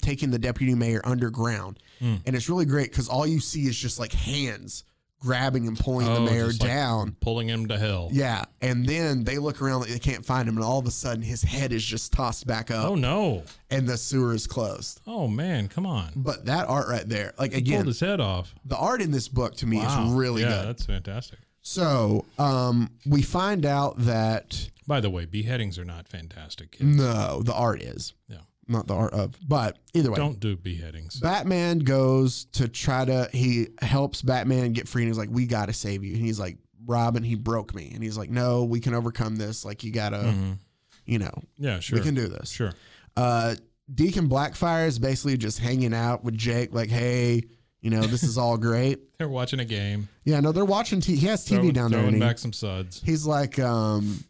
taking the deputy mayor underground,
Mm.
and it's really great because all you see is just like hands grabbing and pulling
Oh,
the mayor
just like-
down.
Pulling him to hell.
Yeah, and then they look around like they can't find him, and all of a sudden his head is just tossed back up,
Oh, no.
and the sewer is closed.
Oh, man. Come on.
But that art right there, like
Pulled
again,
his head off.
the art in this book to me
Wow.
is really
yeah,
good.
that's fantastic.
So um, we find out that
By the way, beheadings are not fantastic.
Mm-hmm.
Kids.
no, the art is
Yeah.
not the art of, but either way,
Don't do beheadings.
Batman goes to try to he helps Batman get free and he's like, We gotta save you. And he's like, Robin, he broke me. And he's like, No, we can overcome this. Like you gotta,
Mhm.
you know,
Yeah,
uh,
sure.
we can do this.
Sure.
Uh Deacon Blackfire is basically just hanging out with Jake, like, hey, you know, this is all great.
They're watching a game.
Yeah, no, they're watching t- he has TV
throwing,
down there.
throwing
and he-
back some suds.
he's like, um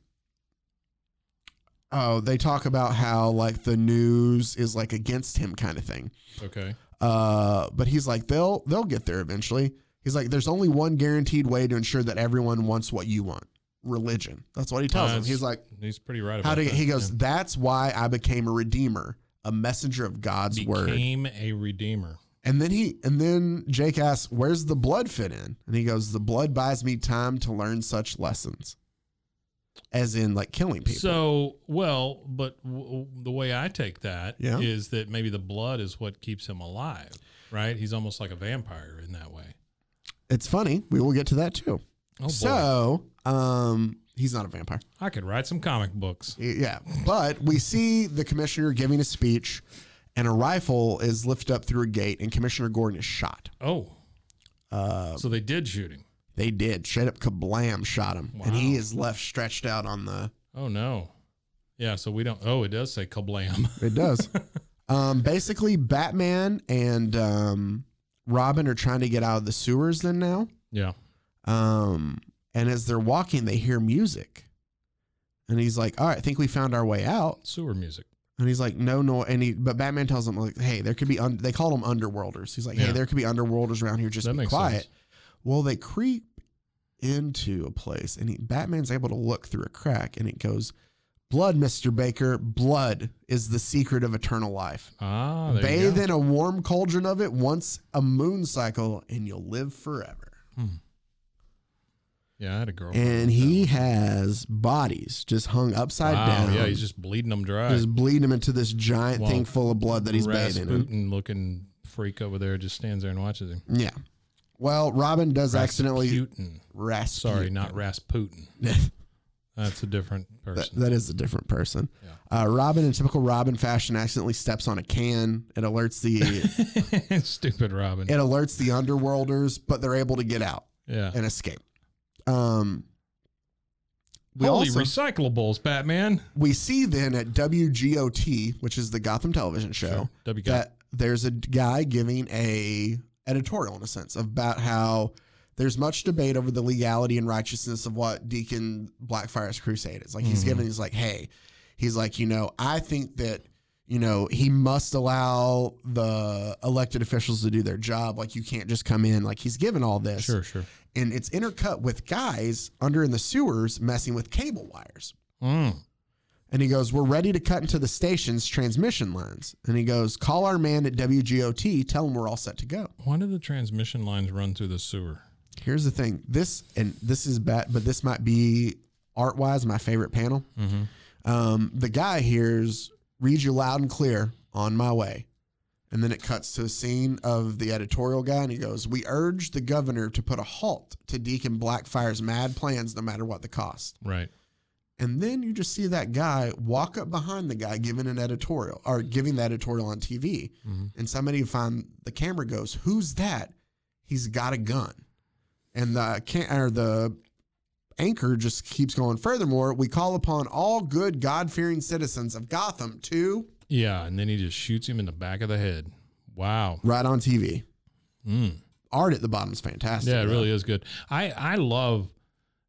Oh, they talk about how like the news is like against him kind of thing.
Okay.
Uh, but he's like, they'll they'll get there eventually. He's like, there's only one guaranteed way to ensure that everyone wants what you want. Religion. That's what he tells
Uh,
him. He's like,
He's pretty right about
how do you,
that.
he goes?
Yeah.
That's why I became a redeemer, a messenger of God's word.
Became a redeemer.
And then he and then Jake asks, where's the blood fit in? And he goes, the blood buys me time to learn such lessons, as in like killing people.
So, well, but w- w- the way I take that is
Yeah.
that maybe the blood is what keeps him alive, right? He's almost like a vampire in that way.
it's funny. We will get to that too.
Oh, boy.
so, um, he's not a vampire.
I could write some comic books.
Yeah, but we see the commissioner giving a speech, and a rifle is lifted up through a gate, and Commissioner Gordon is shot.
Oh,
Uh,
so they did shoot him.
they did straight up kablam shot him, and he
Wow.
is left stretched out on the.
Oh, no. Yeah, so we don't. Oh, it does say kablam.
It does. um, basically, Batman and um, Robin are trying to get out of the sewers. Then now,
yeah.
um, and as they're walking, they hear music, and he's like, "All right, I think we found our way out."
Sewer music.
And he's like, no, no. And he, but Batman tells him, like, hey, there could be, un-, they called them underworlders. He's like, hey,
Yeah.
there could be underworlders around here. Just
that
be
makes
quiet.
sense.
Well, they creep into a place, and he, Batman's able to look through a crack, and it goes, blood, Mister Baker, blood is the secret of eternal life.
Ah, there you
Bathe
go.
in a warm cauldron of it once a moon cycle, and you'll live forever.
Hmm. Yeah, I had a girlfriend.
and
like that
he
one.
has bodies just hung upside
wow,
down.
yeah, he's just bleeding them dry.
just bleeding him into this giant
Well,
thing full of blood that he's bathing in.
Rasputin looking freak over there just stands there and watches him.
Yeah. Well, Robin does accidentally
Rasputin.
Rasputin.
Sorry, not Rasputin. That's a different
That-
person.
that is a different person. Uh, Robin, in typical Robin fashion, accidentally steps on a can. It alerts the it
Stupid Robin.
alerts the underworlders, but they're able to get out
yeah.
and escape. Um, we
Holy
also
recyclables, Batman.
we see then at WGOT, which is the Gotham television show,
Sure. WGOT.
that there's a guy giving a editorial in a sense about how there's much debate over the legality and righteousness of what Deacon Blackfire's crusade is. Like he's
Mhm.
giving, he's like, hey, he's like, you know, I think that you know he must allow the elected officials to do their job. Like you can't just come in. Like he's given all this
Sure, sure.
and it's intercut with guys under in the sewers messing with cable wires.
Mm.
And he goes, We're ready to cut into the station's transmission lines. And he goes, Call our man at WGOT, tell him we're all set to go.
Why do the transmission lines run through the sewer?
Here's the thing this, and this is bad, but this might be art wise my favorite panel.
Mm-hmm.
Um, the guy hears, Read you loud and clear on my way. And then it cuts to a scene of the editorial guy, and he goes, We urge the governor to put a halt to Deacon Blackfire's mad plans, no matter what the cost.
Right.
And then you just see that guy walk up behind the guy giving an editorial or giving the editorial on TV.
Mhm.
And somebody find the camera goes, Who's that? He's got a gun. And the can or the anchor just keeps going. Furthermore, we call upon all good God fearing citizens of Gotham to
Yeah, and then he just shoots him in the back of the head. Wow.
right on TV.
Mm.
Art at the bottom is fantastic.
Yeah, it
though.
really is good. I I love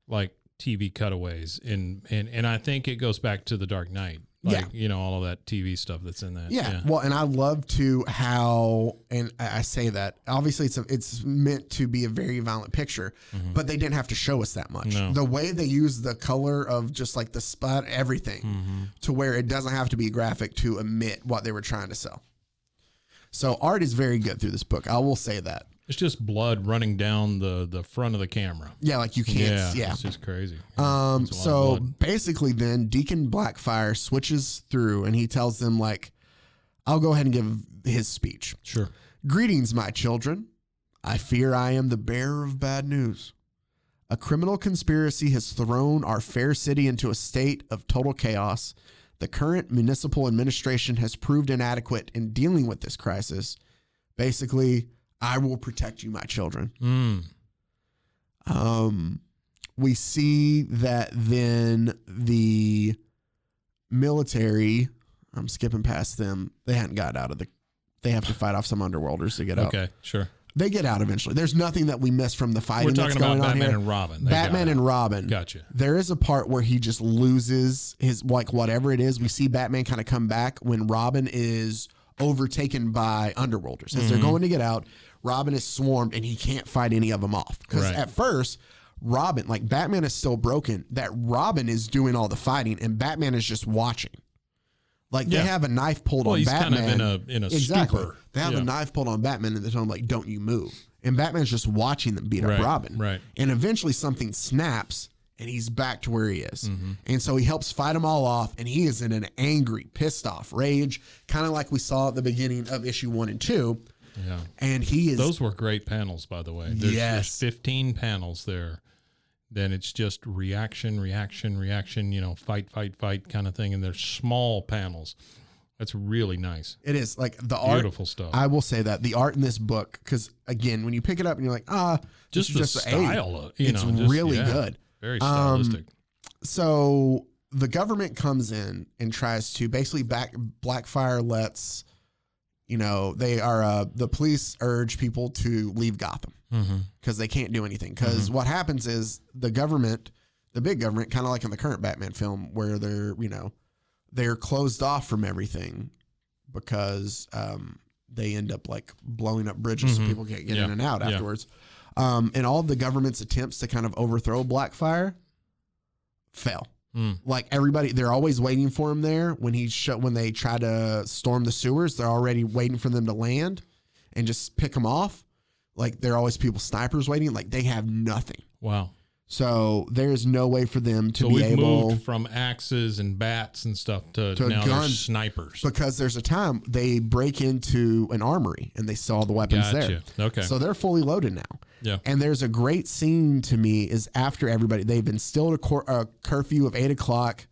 like TV cutaways and and and I think it goes back to the Dark Knight. Like,
Yeah.
you know all of that TV stuff that's in that.
Yeah. Well, and I love to how, and I I say that obviously it's a, it's meant to be a very violent picture,
Mhm.
but they didn't have to show us that much.
No.
The way they use the color of just like the spot, everything
Mhm.
to where it doesn't have to be graphic to emit what they were trying to sell. So art is very good through this book. I will say that.
It's just blood running down the the front of the camera.
Yeah, like you can't. yeah.
It's just crazy. Yeah,
Um,
it's a lot
so
of blood.
basically, then Deacon Blackfire switches through and he tells them like, "I'll go ahead and give his speech."
sure.
Greetings, my children. I fear I am the bearer of bad news. A criminal conspiracy has thrown our fair city into a state of total chaos. The current municipal administration has proved inadequate in dealing with this crisis. Basically, I will protect you, my children.
Mm.
Um, we see that then the military. I'm skipping past them. They hadn't got out of the. They have to fight off some underworlders to get out.
Okay, sure.
They get out eventually. There's nothing that we miss from the
We're
fighting that's
talking about
going on
Batman
here.
and Robin. They got
Batman
it.
and Robin.
Gotcha.
There is a part where he just loses his like whatever it is. We see Batman kind of come back when Robin is overtaken by underworlders as
Mm-hmm.
they're going to get out. Robin is swarmed and he can't fight any of them off because
Right.
at first. Robin, like Batman is still broken, that Robin is doing all the fighting and Batman is just watching. Like
Yeah.
they have a knife pulled
Well,
on
he's
Batman.
kind of in a in a
Exactly.
stupor.
They have
Yeah.
a knife pulled on Batman and they tell him like, "Don't you move." And Batman's just watching them beat
Right,
up Robin.
right.
And eventually something snaps and he's back to where he is.
Mm-hmm.
And so he helps fight them all off and he is in an angry, pissed off rage, kind of like we saw at the beginning of issue 1 and 2,
Yeah.
and he is
Those were great panels, by the way. There's,
Yes.
there's 15 panels there. Then it's just reaction, reaction, reaction, you know, fight, fight, fight kind of thing. And they're small panels. That's really nice.
it is like the art
Beautiful stuff.
I will say that the art in this book, because again, when you pick it up and you're like, ah, this
just
is
the
a-
style, of, you
it's
know, just-
really
yeah,
good.
Very
Um,
stylistic.
so the government comes in and tries to basically back Blackfire lets you know they are uh, the police urge people to leave Gotham
hmm
because they can't do anything because
Mm-hmm.
what happens is the government the big government kind of like in the current Batman film where they're you know they're closed off from everything because um, they end up like blowing up bridges
Mhm.
so people can't get
Yeah.
in and out
Yeah.
afterwards um, and all the government's attempts to kind of overthrow Blackfire fail
Mm.
like everybody they're always waiting for him there when he sh- when they try to storm the sewers they're already waiting for them to land and just pick them off like there are always people snipers waiting like they have nothing
Wow.
So there's no way for them to
so
be
we've
able
moved from axes and bats and stuff to,
To
now
guns.
there's snipers.
because there's a time they break into an armory and they saw the weapons
Gotcha. Okay.
there. So they're fully loaded now.
yeah.
And there's a great scene to me is after everybody they've instilled a, cor- a curfew of eight o'clock.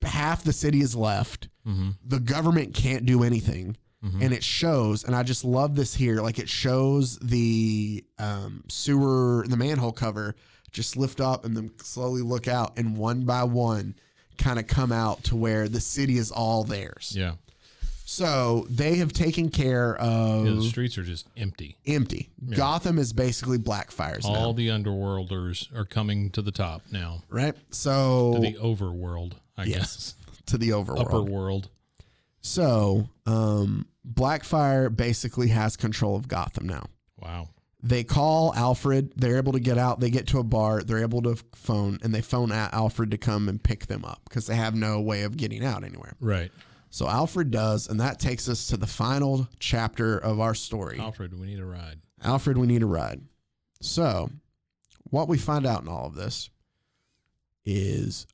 Half the city is left.
Mm-hmm.
The government can't do anything,
Mhm.
and it shows. And I just love this here. Like it shows the um, sewer, the manhole cover, just lift up and then slowly look out, and one by one, kind of come out to where the city is all theirs.
Yeah.
So they have taken care of
Yeah, The streets are just empty.
empty. Gotham is basically Blackfires
All
now,
the underworlders are coming to the top now.
right? So
To the overworld, I
Yes.
guess.
to the overworld.
Upper world.
So, um, Blackfire basically has control of Gotham now.
Wow.
They call Alfred. They're able to get out. They get to a bar. They're able to phone, and they phone at Alfred to come and pick them up because they have no way of getting out anywhere.
Right.
So Alfred does, and that takes us to the final chapter of our story.
Alfred, we need a ride.
Alfred, we need a ride. So, what we find out in all of this is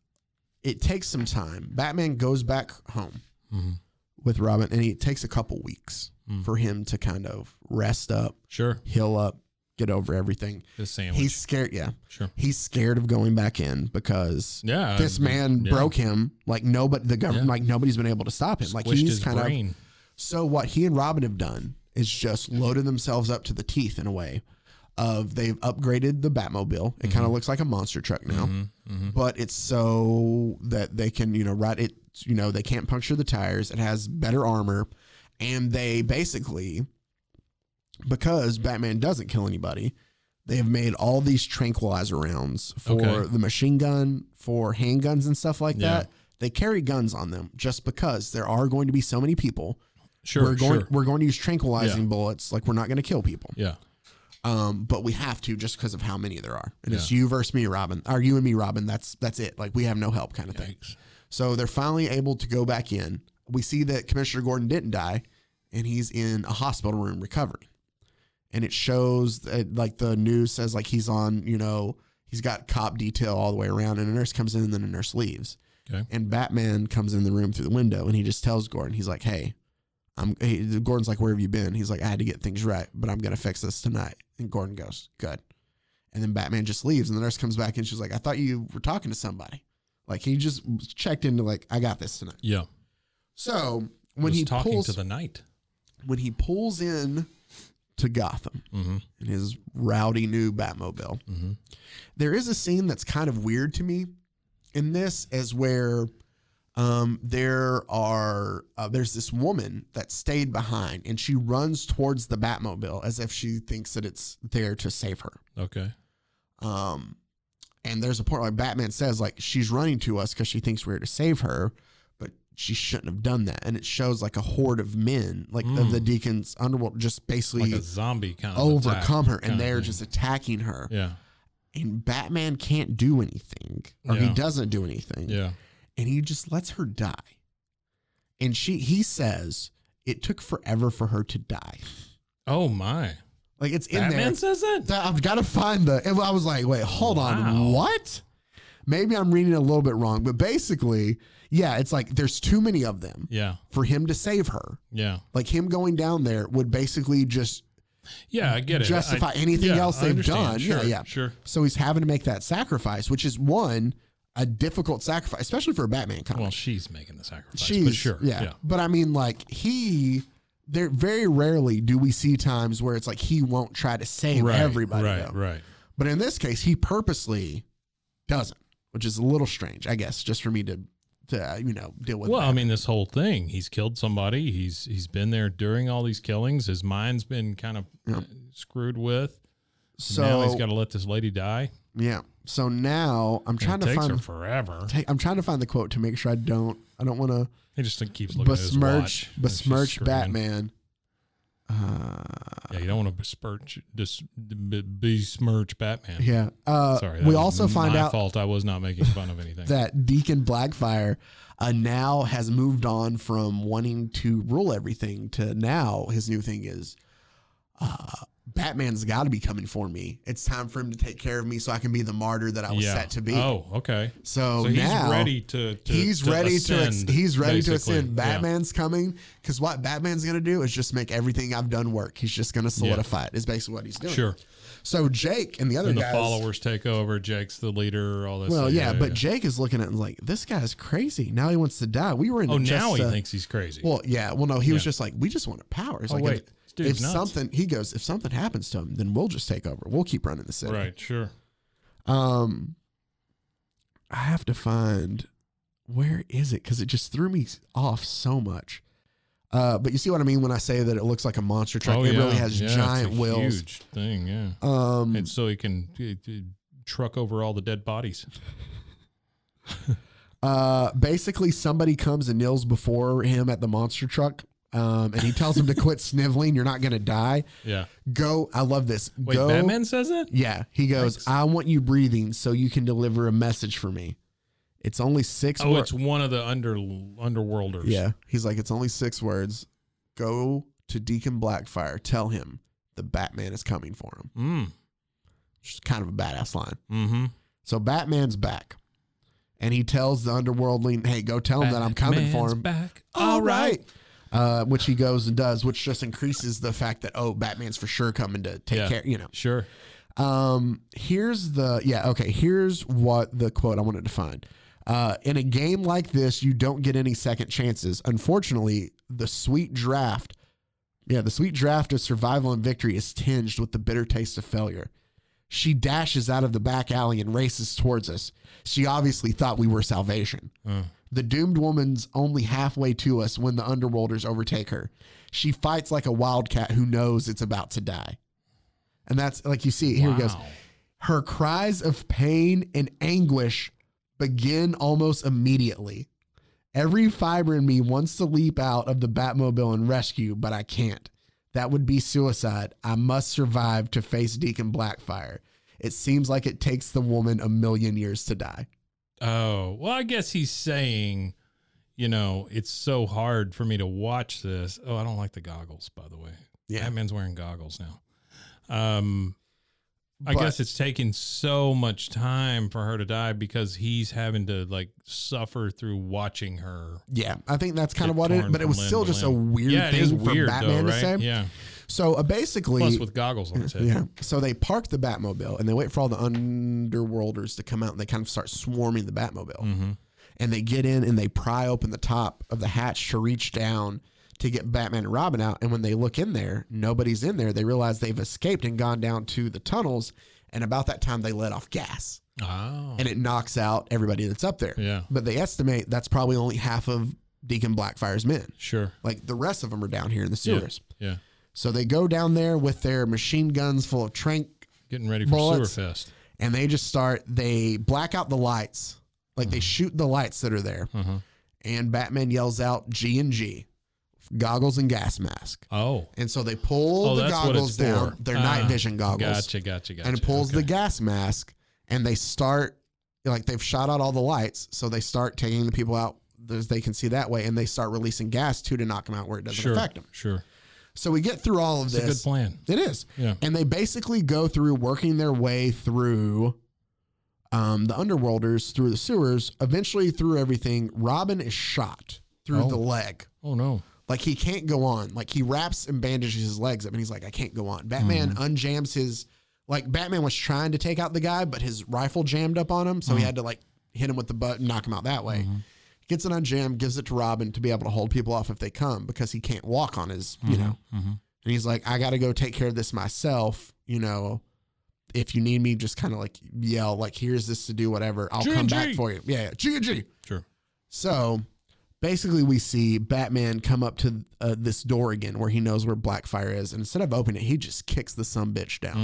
it takes some time. Batman goes back home
Mhm.
with Robin, and it takes a couple weeks
Mm.
for him to kind of rest up,
Sure.
heal up, get over everything.
The sandwich.
He's scared. Yeah.
sure.
He's scared of going back in because.
Yeah.
This
uh,
man
yeah.
broke him like nobody. The government,
Yeah.
like nobody's been able to stop him. Like
Squished
he's
his
kind of
brain.
so what he and Robin have done is just loaded themselves up to the teeth in a way of they've upgraded the Batmobile. It
Mm-hmm.
kind of looks like a monster truck now, but it's so that they can, you know, ride it, you know, they can't puncture the tires. It has better armor and they basically because Batman doesn't kill anybody, they have made all these tranquilizer rounds for
Okay.
the machine gun, for handguns and stuff like
Yeah.
that. They carry guns on them just because there are going to be so many people
Sure.
we're going
sure.
we're going to use tranquilizing
Yeah.
bullets. Like we're not going to kill people,
yeah.
um, but we have to just because of how many there are. And it's
Yeah.
you versus me, Robin. Or you and me, Robin. That's that's it. Like we have no help, kind of thing.
Thanks.
So they're finally able to go back in. We see that Commissioner Gordon didn't die, and he's in a hospital room recovering. And it shows that like the news says like he's on you know he's got cop detail all the way around, and a nurse comes in, and then a nurse leaves.
Okay.
And Batman comes in the room through the window and he just tells Gordon, he's like, hey, I'm, he, Gordon's like, where have you been? He's like, I had to get things right, but I'm going to fix this tonight. And Gordon goes, good. And then Batman just leaves and the nurse comes back and she's like, I thought you were talking to somebody. Like he just checked into like, I got this tonight.
Yeah.
So when
was
he
talking
pulls,
to the night.
when he pulls in to Gotham
Mm-hmm.
in his rowdy new Batmobile,
Mm-hmm.
there is a scene that's kind of weird to me in this is where um, there are uh, there's this woman that stayed behind and she runs towards the batmobile as if she thinks that it's there to save her
Okay.
um, and there's a part like batman says like she's running to us because she thinks we're here to save her but she shouldn't have done that and it shows like a horde of men like of
Mm.
the deacons underworld just
Like
basically
a zombie kind of attack
overcome her
kinda
and they're
thing.
just attacking her
Yeah.
and Batman can't do anything, or he
Yeah.
doesn't do anything,
Yeah.
and he just lets her die. And she, he says, it took forever for her to die.
Oh my.
Like it's in
Batman
there.
says that?
That- I've got to find the. And I was like, wait, hold
Wow.
on, what? Maybe I'm reading it a little bit wrong, but basically, yeah, it's like there's too many of them
Yeah.
for him to save her.
Yeah.
Like him going down there would basically just
Yeah, I get it.
justify
I-
anything
yeah,
else
I
they've done.
understand. Sure,
Yeah, yeah.
Sure.
So he's having to make that sacrifice, which is one a difficult sacrifice, especially for a Batman comic.
Well, she's making the sacrifice.
She's
but sure.
yeah.
Yeah.
But I mean, like he, there very rarely do we see times where it's like he won't try to save
Right.
everybody.
Right.
though.
Right.
But in this case, he purposely doesn't, which is a little strange, I guess, just for me to, to uh, you know, deal with.
Well,
that.
I mean, this whole thing. He's killed somebody. He's he's been there during all these killings. His mind's been kind of
Yeah.
uh, screwed with.
so
now he's got to let this lady die.
yeah. So now I'm
And
trying
it
to
takes
find.
her forever.
ta- I'm trying to find the quote to make sure I don't. I don't want to.
He just keeps looking at his watch.
besmirch
and she's
besmirch
screaming.
Batman. Uh,
Yeah, you don't want to besmirch dis, be- besmirch Batman.
yeah. Uh,
Sorry. that
we
was
also find
my
out
fault. I was not making fun of anything.
that Deacon Blackfire uh, now has moved on from wanting to rule everything to now his new thing is uh, Batman's got to be coming for me. It's time for him to take care of me so I can be the martyr that I was
yeah.
set to be.
Oh, okay.
So,
So he's
now
ready to, to
he's
to
ready to
ascend,
ex- he's ready to
basically.
ascend.
Yeah.
Batman's coming because what Batman's gonna do is just make everything I've done work. He's just gonna solidify it. Is basically what he's doing.
Sure.
So Jake and the other
And the
guys.
followers take over. Jake's the leader. All this.
well,
stuff.
yeah, but Jake is looking at it and like this guy's crazy. Now he wants to die. We were in.
oh, now he
a,
thinks he's crazy.
Well, yeah. Well, no, he was
Yeah.
just like, we just wanted power. It's
Oh,
like,
wait.
if,
This dude's
if
nuts.
something, he goes, if something happens to him, then we'll just take over. We'll keep running the city.
right. Sure.
Um, I have to find where is it because it just threw me off so much. Uh, but you see what I mean when I say that it looks like a monster truck.
oh,
it
yeah.
really has
Yeah, it's a
giant wheels.
Huge thing. Yeah.
Um,
And so he can uh, uh, truck over all the dead bodies.
uh, basically somebody comes and kneels before him at the monster truck. Um, and he tells him to quit sniveling. You're not gonna die.
Yeah.
Go. I love this.
Wait,
Go.
Batman says that?
Yeah, he goes.
Thanks.
I want you breathing so you can deliver a message for me. It's only six.
Oh,
wor-
it's one of the under underworlders.
Yeah. He's like, it's only six words. Go to Deacon Blackfire. Tell him the Batman is coming for him.
Mm.
Which is kind of a badass line.
Mm-hmm.
So Batman's back. And he tells the underworldling, hey, go tell him that I'm coming for him.
Back.
All right. Uh, which he goes and does, which just increases the fact that, oh, Batman's for sure coming to take
Yeah.
care, you know.
Sure.
Um, here's the yeah, okay. Here's what the quote I wanted to find. Uh, in a game like this, you don't get any second chances. Unfortunately, the sweet draft, yeah, the sweet draft of survival and victory is tinged with the bitter taste of failure. She dashes out of the back alley and races towards us. She obviously thought we were salvation.
Uh,
The doomed woman's only halfway to us when the underworlders overtake her. She fights like a wildcat who knows it's about to die. And that's like you see, here it goes.
wow.
Her cries of pain and anguish begin almost immediately. Every fiber in me wants to leap out of the Batmobile and rescue, but I can't. That would be suicide. I must survive to face Deacon Blackfire. It seems like it takes the woman a million years to die.
Oh, well, I guess he's saying, you know, it's so hard for me to watch this. Oh, I don't like the goggles, by the way.
Yeah.
Batman's wearing goggles now. Um, I
But-
guess it's taking so much time for her to die because he's having to like suffer through watching her.
Yeah, I think that's kind of
get
what it.
torn
But it
from
was
limb
still
to
just a
limb.
weird
yeah, it is
thing for
weird
Batman
though,
to
right?
say.
Yeah,
So uh, basically,
plus with goggles on his head.
Yeah. So they park the Batmobile and they wait for all the underworlders to come out and they kind of start swarming the Batmobile.
Mhm.
And they get in and they pry open the top of the hatch to reach down to get Batman and Robin out. And when they look in there, nobody's in there. They realize they've escaped and gone down to the tunnels. And about that time, they let off gas
Oh,
and it knocks out everybody that's up there.
yeah,
But they estimate that's probably only half of Deacon Blackfire's men.
sure.
Like the rest of them are down here in the sewers.
Yeah,
So they go down there with their machine guns full of trank
getting ready for
Bullets.
sewer fest.
and they just start they black out the lights like they shoot the lights that are there
Uh-huh.
and batman yells out g and g goggles and gas mask
Oh,
and so they pull
Oh,
the
that's what
goggles
it's
down
for.
their
Ah,
night vision goggles
gotcha, gotcha, gotcha.
and it pulls the
Okay.
gas mask and they start like they've shot out all the lights so they start taking the people out as they can see that way and they start releasing gas too to knock them out where it doesn't
Sure,
affect them
sure.
so we get through all of
It's a
this
good plan.
it is.
Yeah.
And they basically go through working their way through um, the underworlders, through the sewers, eventually through everything. Robin is shot through
Oh.
the leg.
Oh no.
Like he can't go on. Like he wraps and bandages his legs up and he's like, I can't go on. Batman unjams his like Batman was trying to take out the guy, but his rifle jammed up on him, so he had to like hit him with the butt and knock him out that way. Gets it unjammed, gives it to Robin to be able to hold people off if they come because he can't walk on his, you know.
Mm-hmm.
And he's like, I got to go take care of this myself. You know, if you need me, just kind of like yell, like, here's this to do, whatever. I'll come
G&G.
back for you. Yeah, yeah. G and G.
Sure.
So basically, we see Batman come up to uh, this door again where he knows where Blackfire is. And instead of opening it, he just kicks the some bitch down.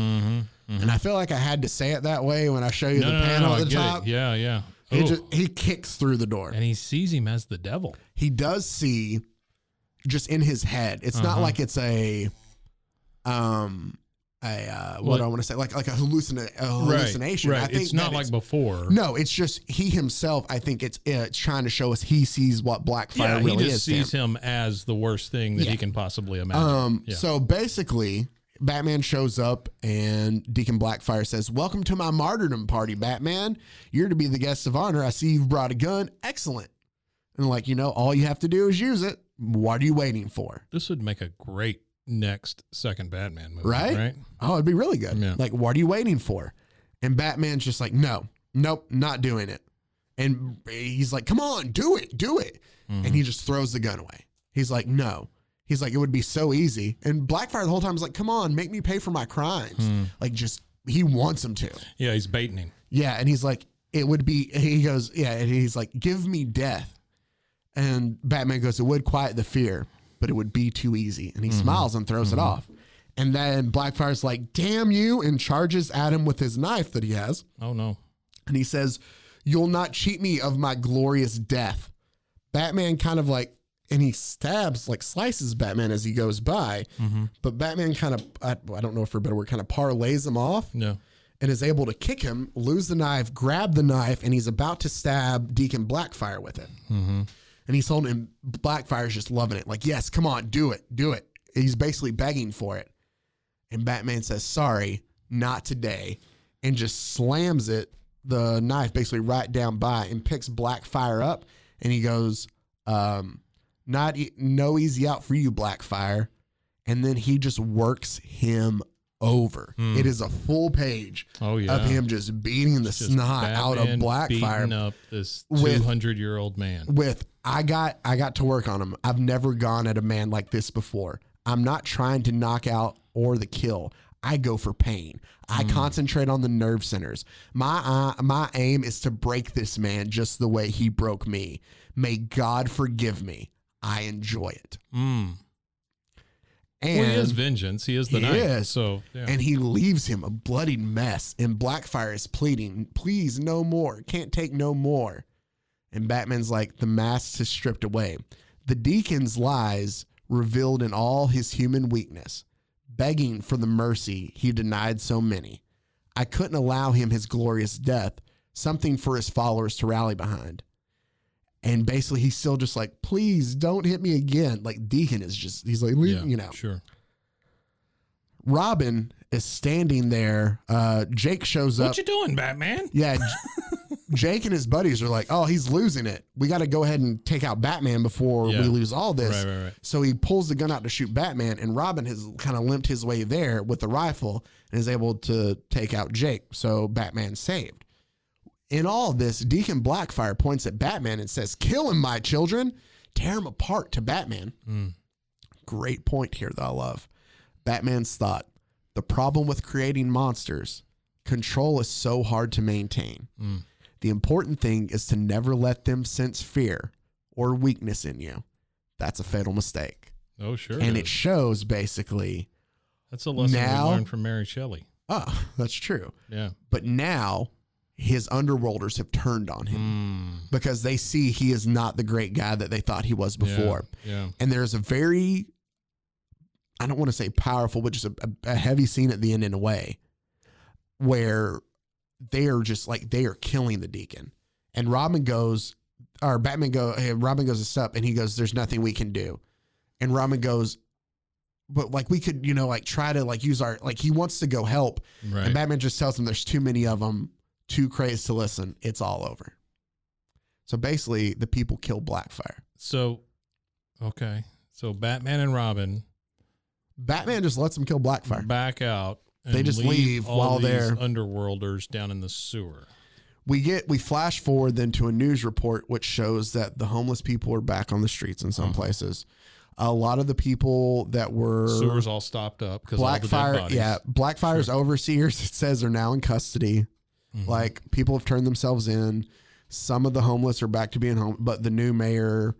Mm-hmm.
And I feel like I had to say it that way when I show you the panel at the top.
Yeah, yeah.
He,
Oh,
just, he kicks through the door.
and he sees him as the devil.
he does see just in his head. It's not
Uh-huh.
like it's a um a uh, what do I
Well-
want to say like like a, hallucina- a Oh, hallucination.
Right.
I think
it's not
that
like before.
no, it's just he himself. I think it's it's trying to show us he sees what Blackfire
Yeah,
really
he just
is. to him.
sees him as the worst thing that
Yeah.
he can possibly imagine.
Um,
Yeah.
so basically, Batman shows up and Deacon Blackfire says, Welcome to my martyrdom party, Batman. You're to be the guest of honor. I see you've brought a gun. Excellent. And like, you know, all you have to do is use it. What are you waiting for?
This would make a great next second Batman movie,
Right?
right?
Oh, it'd be really good.
Yeah.
Like, what are you waiting for? And Batman's just like, No, nope, not doing it. And he's like, Come on, do it, do it.
Mhm.
and he just throws the gun away. He's like, no. He's like, it would be so easy. And Blackfire the whole time is like, come on, make me pay for my crimes.
Hmm.
Like, just he wants him to.
Yeah, he's baiting him.
Yeah, and he's like, it would be. He goes, yeah, and he's like, give me death. And Batman goes, it would quiet the fear, but it would be too easy. And he smiles and throws it off. And then Blackfire's like, damn you, and charges at him with his knife that he has.
Oh no.
And he says, You'll not cheat me of my glorious death. Batman kind of like, and he stabs, like slices Batman as he goes by. But Batman kind of, I, I don't know for a better word, kind of parlays him off
No.
and is able to kick him, lose the knife, grab the knife, and he's about to stab Deacon Blackfire with it.
Mm-hmm.
And he's holding him. Blackfire's just loving it. Like, yes, come on, do it, do it. He's basically begging for it. And Batman says, sorry, not today. And just slams it, the knife basically right down by and picks Blackfire up. And he goes, um, not e- no easy out for you, Blackfire. And then he just works him over.
Hmm.
It is a full page
Oh yeah.
of him just beating the
Just
snot out of
Batman beating
Blackfire
up this
with-
two hundred year old man.
with I got I got to work on him. I've never gone at a man like this before. I'm not trying to knock out or the kill. I go for pain. I
Mm.
concentrate on the nerve centers. My uh, my aim is to break this man just the way he broke me. May God forgive me. I enjoy it.
Mm.
And
Well, he is vengeance. He is the
He
knight.
is.
So yeah.
and he leaves him a bloodied mess. And Blackfire is pleading, please, no more. Can't take no more. And Batman's like, the mask is stripped away. The deacon's lies revealed in all his human weakness, begging for the mercy he denied so many. I couldn't allow him his glorious death, something for his followers to rally behind. And basically, he's still just like, please don't hit me again. Like, Deacon is just, he's like,
yeah,
you know.
Sure.
Robin is standing there. Uh, Jake shows up.
What you doing, Batman?
yeah, J- Jake and his buddies are like, "Oh, he's losing it. We got to go ahead and take out Batman before
Yeah.
we lose all this."
Right, right, right.
So he pulls the gun out to shoot Batman, and Robin has kind of limped his way there with the rifle and is able to take out Jake. So Batman's saved. In all of this, Deacon Blackfire points at Batman and says, "Kill him, my children. Tear him apart." To Batman.
Mm.
Great point here that I love. Batman's thought the problem with creating monsters, control is so hard to maintain.
Mm.
The important thing is to never let them sense fear or weakness in you. That's a fatal mistake.
Oh sure.
and
it
it
is.
shows basically,
That's a lesson
now-
we learned from Mary Shelley.
oh, that's true.
Yeah.
But now his underworlders have turned on him
Mm.
because they see he is not the great guy that they thought he was before.
Yeah.
and there's a very i don't want to say powerful but just a, a, a heavy scene at the end in a way where they are just like they are killing the deacon and robin goes or batman go hey, robin goes a step and he goes there's nothing we can do and robin goes but like we could you know like try to like use our like he wants to go help
yeah. Right.
and Batman just tells him there's too many of them, too crazed to listen. It's all over. So basically, the people kill Blackfire.
so okay. So Batman and Robin
Batman just lets them kill Blackfire.
back out. And
They just leave
all
while
these
they're-
underworlders down in the sewer.
we get we flash forward then to a news report which shows that the homeless people are back on the streets in some places. A lot of the people that were
Sewers all stopped up because all the dead
Blackfire,
bodies.
yeah, Blackfire's overseers it says are now in custody.
Mhm.
Like people have turned themselves in. Some of the homeless are back to being home, but the new mayor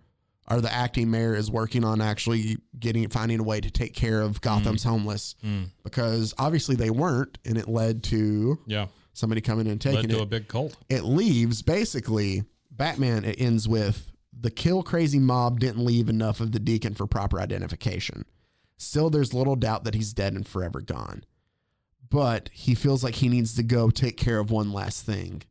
or the acting mayor is working on actually getting finding a way to take care of Gotham's homeless
Mm.
because obviously they weren't, and it led to
yeah.
somebody coming in and taking
Led to
it
a big cult.
it leaves basically Batman it ends with the kill crazy mob didn't leave enough of the deacon for proper identification. Still there's little doubt that he's dead and forever gone. But he feels like he needs to go take care of one last thing.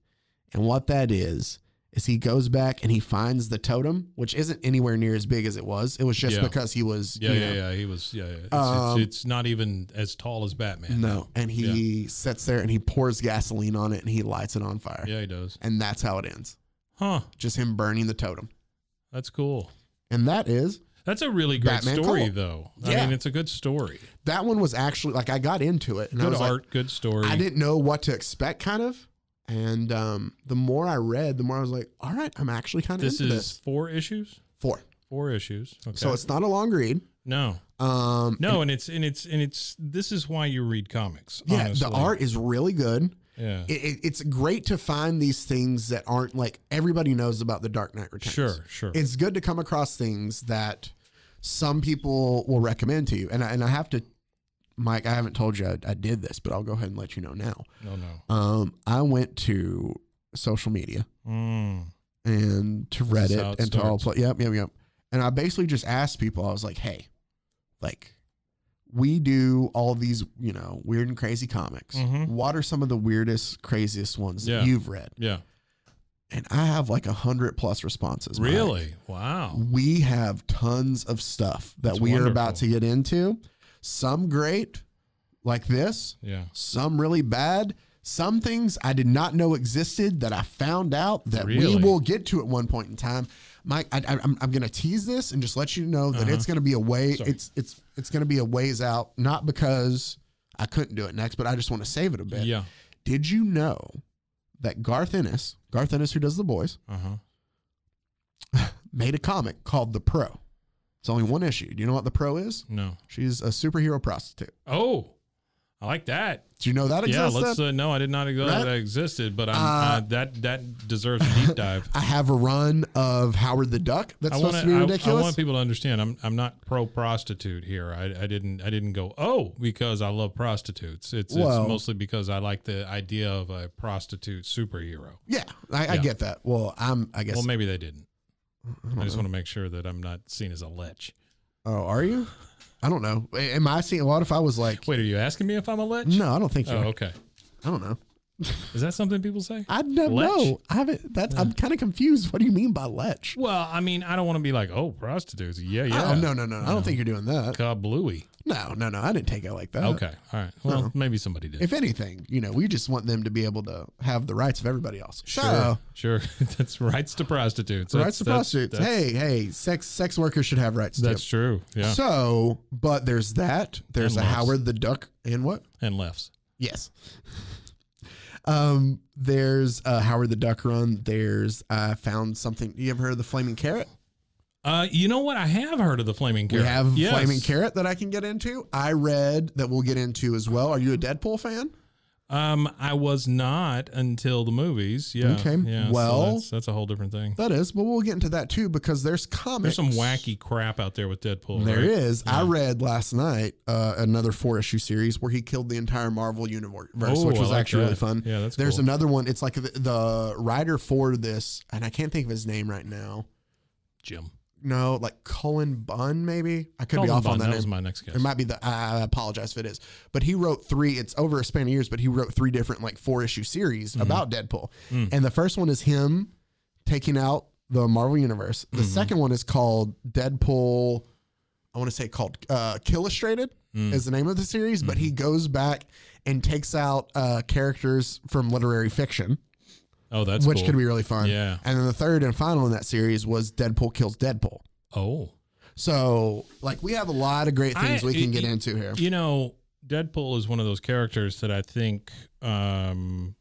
And what that is is he goes back and he finds the totem, which isn't anywhere near as big as it was. It was just
Yeah.
because he was,
Yeah,
you
yeah,
know,
yeah. He was. Yeah, yeah. It's,
Um,
it's, it's not even as tall as Batman.
no. And he sits there and he pours gasoline on it and he lights it on fire.
Yeah, he does.
And that's how it ends.
Huh.
Just him burning the totem.
That's cool.
And that is
That's a really great
Batman
story,
Cole.
though. I
Yeah.
mean, it's a good story.
that one was actually like I got into it and I
Good
was like,
art, good story.
I didn't know what to expect, kind of. And um, the more I read, the more I was like, all right, I'm actually kind of
This
into
is
this.
four issues.
Four.
Four issues. Okay.
So it's not a long read.
no,
Um,
no, and it's and it's and it's. This is why you read comics.
yeah,
honestly.
the art is really good.
Yeah.
It, it, it's great to find these things that aren't like everybody knows about the Dark Knight Returns.
sure, sure.
It's good to come across things that some people will recommend to you. And I, and I have to, Mike, I haven't told you I, I did this, but I'll go ahead and let you know now.
no, no.
Um, I went to social media
Mm.
and to
This is how
Reddit
it
and to all
starts.
pla Yep, yep, yep. And I basically just asked people. I was like, "Hey, like, we do all these, you know, weird and crazy comics.
Mhm.
What are some of the weirdest, craziest ones
Yeah.
that you've read?"
Yeah.
And I have like a hundred plus responses. Mike.
Really? Wow.
We have tons of stuff that
That's
we are about to
wonderful.
get into. Some great, like this.
Yeah.
Some really bad. Some things I did not know existed that I found out that
Really?
we will get to at one point in time. Mike, I, I, am I'm going to tease this and just let you know that
Uh-huh.
it's going to be a way.
Sorry.
It's it's it's going to be a ways out. Not because I couldn't do it next, but I just want to save it a bit.
Yeah.
Did you know that Garth Ennis, Garth Ennis, who does the boys,
Uh huh.
made a comic called The Pro. It's only one issue. Do you know what The Pro is?
No.
She's a superhero prostitute.
Oh, I like that.
Do you know that
Yeah,
exists?
let's.
then?
Uh, no, I did not know
Right?
that existed, but I'm,
Uh,
uh, that that deserves a deep dive.
I have a run of Howard the Duck. That's
I
supposed
wanna-
to be
I-
ridiculous.
I, want people to understand. I'm I'm not pro prostitute here. I, I didn't I didn't go oh because I love prostitutes. It's
Well-
it's mostly because I like the idea of a prostitute superhero.
yeah, I, I
Yeah.
get that. Well, I'm. I guess.
Well, maybe they didn't.
don't
I, just want to make sure that I'm not seen as a lech.
oh, are you? I don't know. A- Am I seeing? What if I was like?
Wait, are you asking me if I'm a lech?
No, I don't think you.
Oh,
are.
okay.
I don't know.
Is that something people say?
I don't
Lech?
know. I haven't. That's. I'm kind of confused. What do you mean by lech?
Well, I mean, I don't want to be like, oh, prostitutes. Yeah, yeah.
Oh no, no, no! I don't think you're doing that.
Kablooey.
No, no, no! I didn't take it like that.
Okay. All right. Well, maybe somebody did.
If anything, you know, we just want them to be able to have the rights of everybody else.
sure.
So,
Sure. that's rights to prostitutes. That's,
rights to
that's-
prostitutes.
That's,
hey, hey, sex sex workers should have rights
that's
too.
true. Yeah.
So, but there's that. There's
And
a
lefts.
Howard the Duck and what?
and lefts.
Yes. Um, there's a Howard the Duck run. There's I found something. You ever heard of the Flaming Carrot?
Uh, you know what? I have heard of the flaming carrot.
We have
Yes.
Flaming Carrot that I can get into. I read that we'll get into as well. Are you a Deadpool fan?
Um, I was not until the movies. Yeah.
Okay.
Yeah, so
Well-
that's, that's a whole different thing.
That is, but we'll get into that too because there's comics.
There's some wacky crap out there with Deadpool.
There
right?
is. I read last night uh, another four issue series where he killed the entire Marvel universe,
Oh,
which
I
was
like
actually really
that.
fun.
Yeah, that's
There's
cool.
another one. It's like the, the writer for this, and I can't think of his name right now.
Jim.
No, like Cullen Bunn, maybe. I could
Colin
be off
Bunn,
on that,
was
name.
my next guess.
It might be the. I I apologize if it is, but he wrote three. It's over a span of years, but he wrote three different like four issue series about Deadpool,
Mm-hmm. Mm.
and the first one is him taking out the Marvel universe. The
Mhm.
second one is called Deadpool. I want to say called uh, Killustrated
Mm. Mm-hmm.
is the name of the series, but he goes back and takes out uh, characters from literary fiction,
oh, that's
which
cool.
could be really fun.
Yeah.
And then the third and final in that series was Deadpool kills Deadpool.
Oh,
So, like, we have a lot of great things
I-
we can
it-
get
it-
into here.
you know, Deadpool is one of those characters that I think um,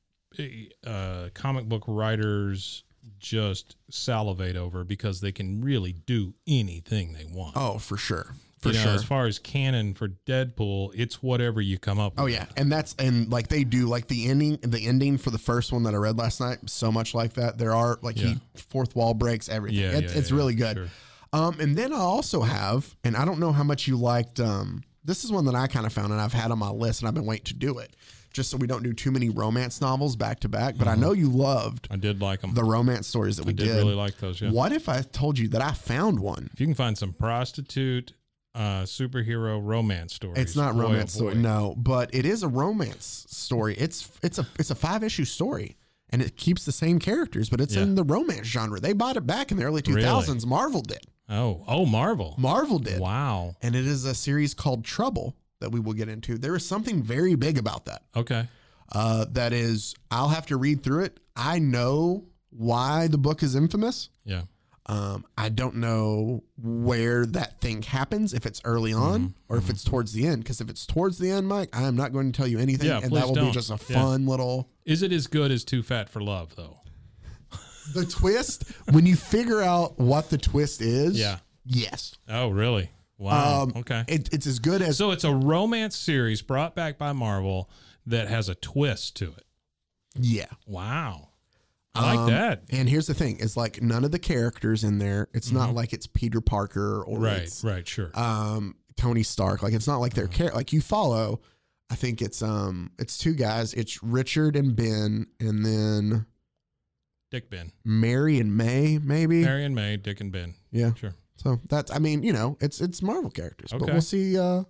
uh, comic book writers just salivate over because they can really do anything they want.
Oh, for sure, for
You know,
sure.
as far as canon for Deadpool, it's whatever you come up
Oh
with.
yeah, and that's and like they do like the ending, the ending for the first one that I read last night, so much like that. There are like
Yeah.
he fourth wall breaks everything.
Yeah,
It-
yeah,
it's
yeah,
really
yeah,
good.
sure.
Um, and then I also have, and I don't know how much you liked. Um, this is one that I kind of found and I've had on my list, and I've been waiting to do it, just so we don't do too many romance novels back to back.
Uh-huh.
But I know you loved
I did like them.
the romance stories that we
I did,
did.
really like those. Yeah.
What if I told you that I found one?
If you can find some prostitute uh, superhero romance stories,
It's not
boy, oh,
romance story,
boy.
no, but it is a romance story. It's it's a it's a five issue story, and it keeps the same characters, but it's
Yeah.
in the romance genre. They bought it back in the early
Really?
2000s. Marvel did.
Oh, oh, Marvel.
Marvel did.
Wow.
And it is a series called Trouble that we will get into. There is something very big about that.
Okay.
Uh, that is, I'll have to read through it. I know why the book is infamous.
Yeah.
Um, I don't know where that thing happens, if it's early on
Mm-hmm.
or if it's towards the end. Because if it's towards the end, Mike, I am not going to tell you anything,
Yeah,
and that
please
will be
don't.
just a
Yeah.
fun little.
Is it as good as Too Fat for Love though?
The twist when you figure out what the twist is.
Yeah.
Yes.
Oh, really? Wow.
Um,
okay.
It, it's as good as
so it's a romance series brought back by Marvel that has a twist to it.
yeah.
Wow. I like
Um,
that.
And here's the thing: it's like none of the characters in there. It's not like it's Peter Parker or
Mm-hmm. Right.
it's,
Right. Sure.
um Tony Stark. Like it's not like they're char- like you follow. I think it's um it's two guys. It's Richard and Ben, and then
Dick Ben,
Mary and May, maybe.
Mary and May, Dick and Ben.
Yeah.
Sure.
So that's I mean you know it's it's Marvel characters, but
Okay.
we'll see. uh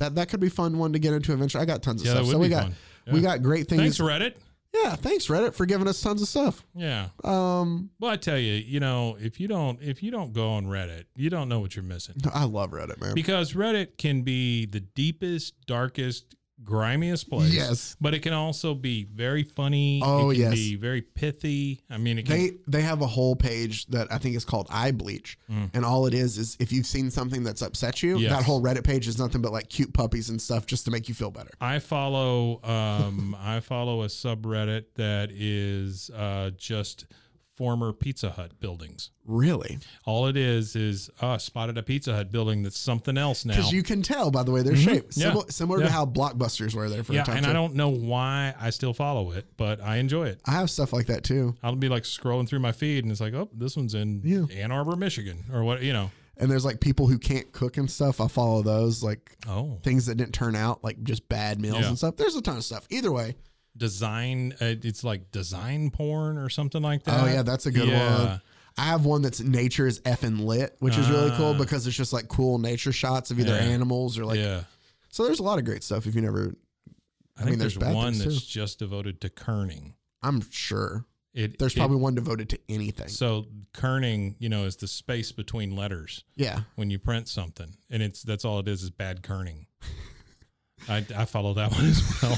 That that could be fun one to get into eventually. I got tons of
Yeah, that
stuff.
would
So
be
we got
fun.
we
Yeah.
got great
Thanks,
things.
Reddit.
yeah, thanks Reddit for giving us tons of stuff.
Yeah.
Um,
Well, I tell you, you know, if you don't if you don't go on Reddit, you don't know what you're missing.
I love Reddit, man.
Because Reddit can be the deepest, darkest, grimiest place.
Yes.
But it can also be very funny.
Oh,
it can
yes.
be very pithy. I mean, it can,
They they have a whole page that I think is called Eye Bleach,
Mm.
and all it is is if you've seen something that's upset you,
Yes.
that whole Reddit page is nothing but like cute puppies and stuff just to make you feel better.
I follow um I follow a subreddit that is uh just former Pizza Hut buildings.
Really,
All it is is uh spotted a Pizza Hut building that's something else now.
because you can tell by the way they're shaped,
Mm-hmm. Yeah.
Simil- similar
Yeah.
to how blockbusters were there for
yeah,
a time.
and I
too.
don't know why I still follow it, but I enjoy it.
I have stuff like that too.
I'll be like scrolling through my feed and it's like, oh, this one's in
Yeah.
Ann Arbor, Michigan, or what, you know.
And there's like people who can't cook and stuff. I follow those like
Oh,
things that didn't turn out, like just bad meals
Yeah.
and stuff. There's a ton of stuff. Either way,
design. Uh, it's like design porn or something like that.
Oh yeah, that's a good
Uh, Yeah.
one. I have one that's nature is effing lit, which is really cool
Ah.
because it's just like cool nature shots of either
Yeah.
animals or like.
yeah.
So there's a lot of great stuff if you never.
I,
I
think
mean, there's
there's,
bad
one
things,
that's just devoted to kerning.
I'm sure
It,
there's
it-
probably one devoted to anything.
so kerning, you know, is the space between letters
yeah,
when you print something, and it's that's all it is is bad kerning. I, I follow that one as well.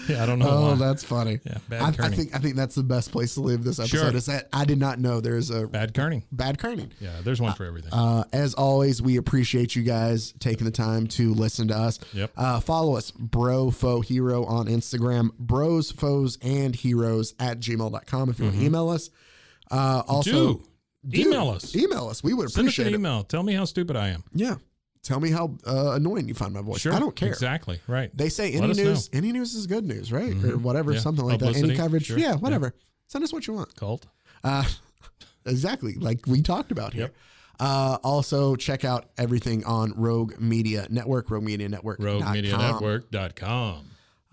yeah, I don't know.
Oh,
why.
that's funny.
yeah, bad
I, I
kerning.
think I think that's the best place to leave this episode.
Sure.
Is that I did not know there's a
bad kerning.
bad kerning.
Yeah, there's one for everything.
Uh, as always, we appreciate you guys taking the time to listen to us.
Yep.
Uh, follow us, Bro Foe Hero on Instagram, Bros, Foes, and Heroes at gmail.com if you want to email us. Uh, also,
Mm-hmm. Do. Email us.
Email us. We would
Send us an
appreciate it.
email. Tell me how stupid I am.
Yeah. Tell me how uh, annoying you find my voice.
Sure.
I don't care.
Exactly. Right.
They say
Let
any
us Mm-hmm.
news, any news is good news, right? Or whatever,
Yeah.
something like that.
Publicity,
Any coverage.
sure.
Yeah,
Yeah.
whatever. Send us what you want.
Cult.
Uh, exactly, like we talked about here.
Yep.
Uh, also, check out everything on Rogue Media Network, Rogue Media Network,
Rogue Media
com.
Network.com.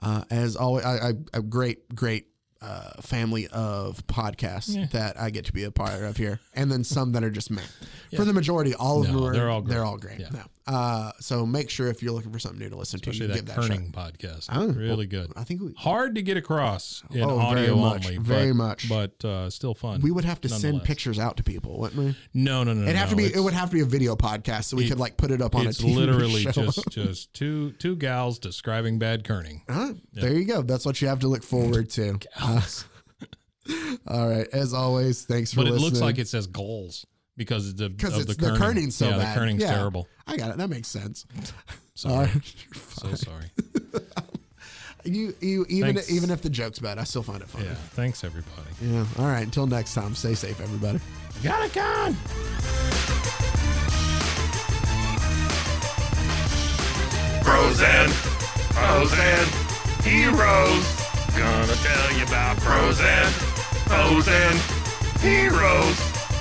Uh, as always, I, I, a great, great uh, family of podcasts
Yeah.
that I get to be a part of here, and then some that are just meh. For the majority, all of
No,
them are
they're all great.
They're all great.
Yeah.
No. Uh, so make sure if you're looking for something new to listen
Especially
to,
that
give that a shot.
Kerning podcast.
Oh,
really good.
I think we,
Hard to get across in
Oh, very
audio
much,
only.
very
but,
much.
But uh, still fun.
we would have to send
nonetheless.
pictures out to people, wouldn't we?
No, no, no.
It'd have to
no.
be.
It's-
It would have to be a video podcast, so we
It-
could like put it up on
it's
a TV
literally
show.
just just two two gals describing bad kerning.
Huh? There you go. That's what you have to look forward to. All right. As always, thanks for
But it
listening.
looks like it says goals because of the
because
of
it's
the
the,
kerning.
kerning so
yeah,
bad.
the kerning's
Yeah.
terrible.
I got it. That makes sense. All
Sorry.
right.
so sorry.
You you even
Thanks.
even if the joke's bad, I still find it funny.
Yeah. Thanks everybody.
yeah. All right. Until next time, stay safe, everybody.
Got it gone.
Bros and Foes and Heroes. Gonna tell you about Bros and Foes and Heroes.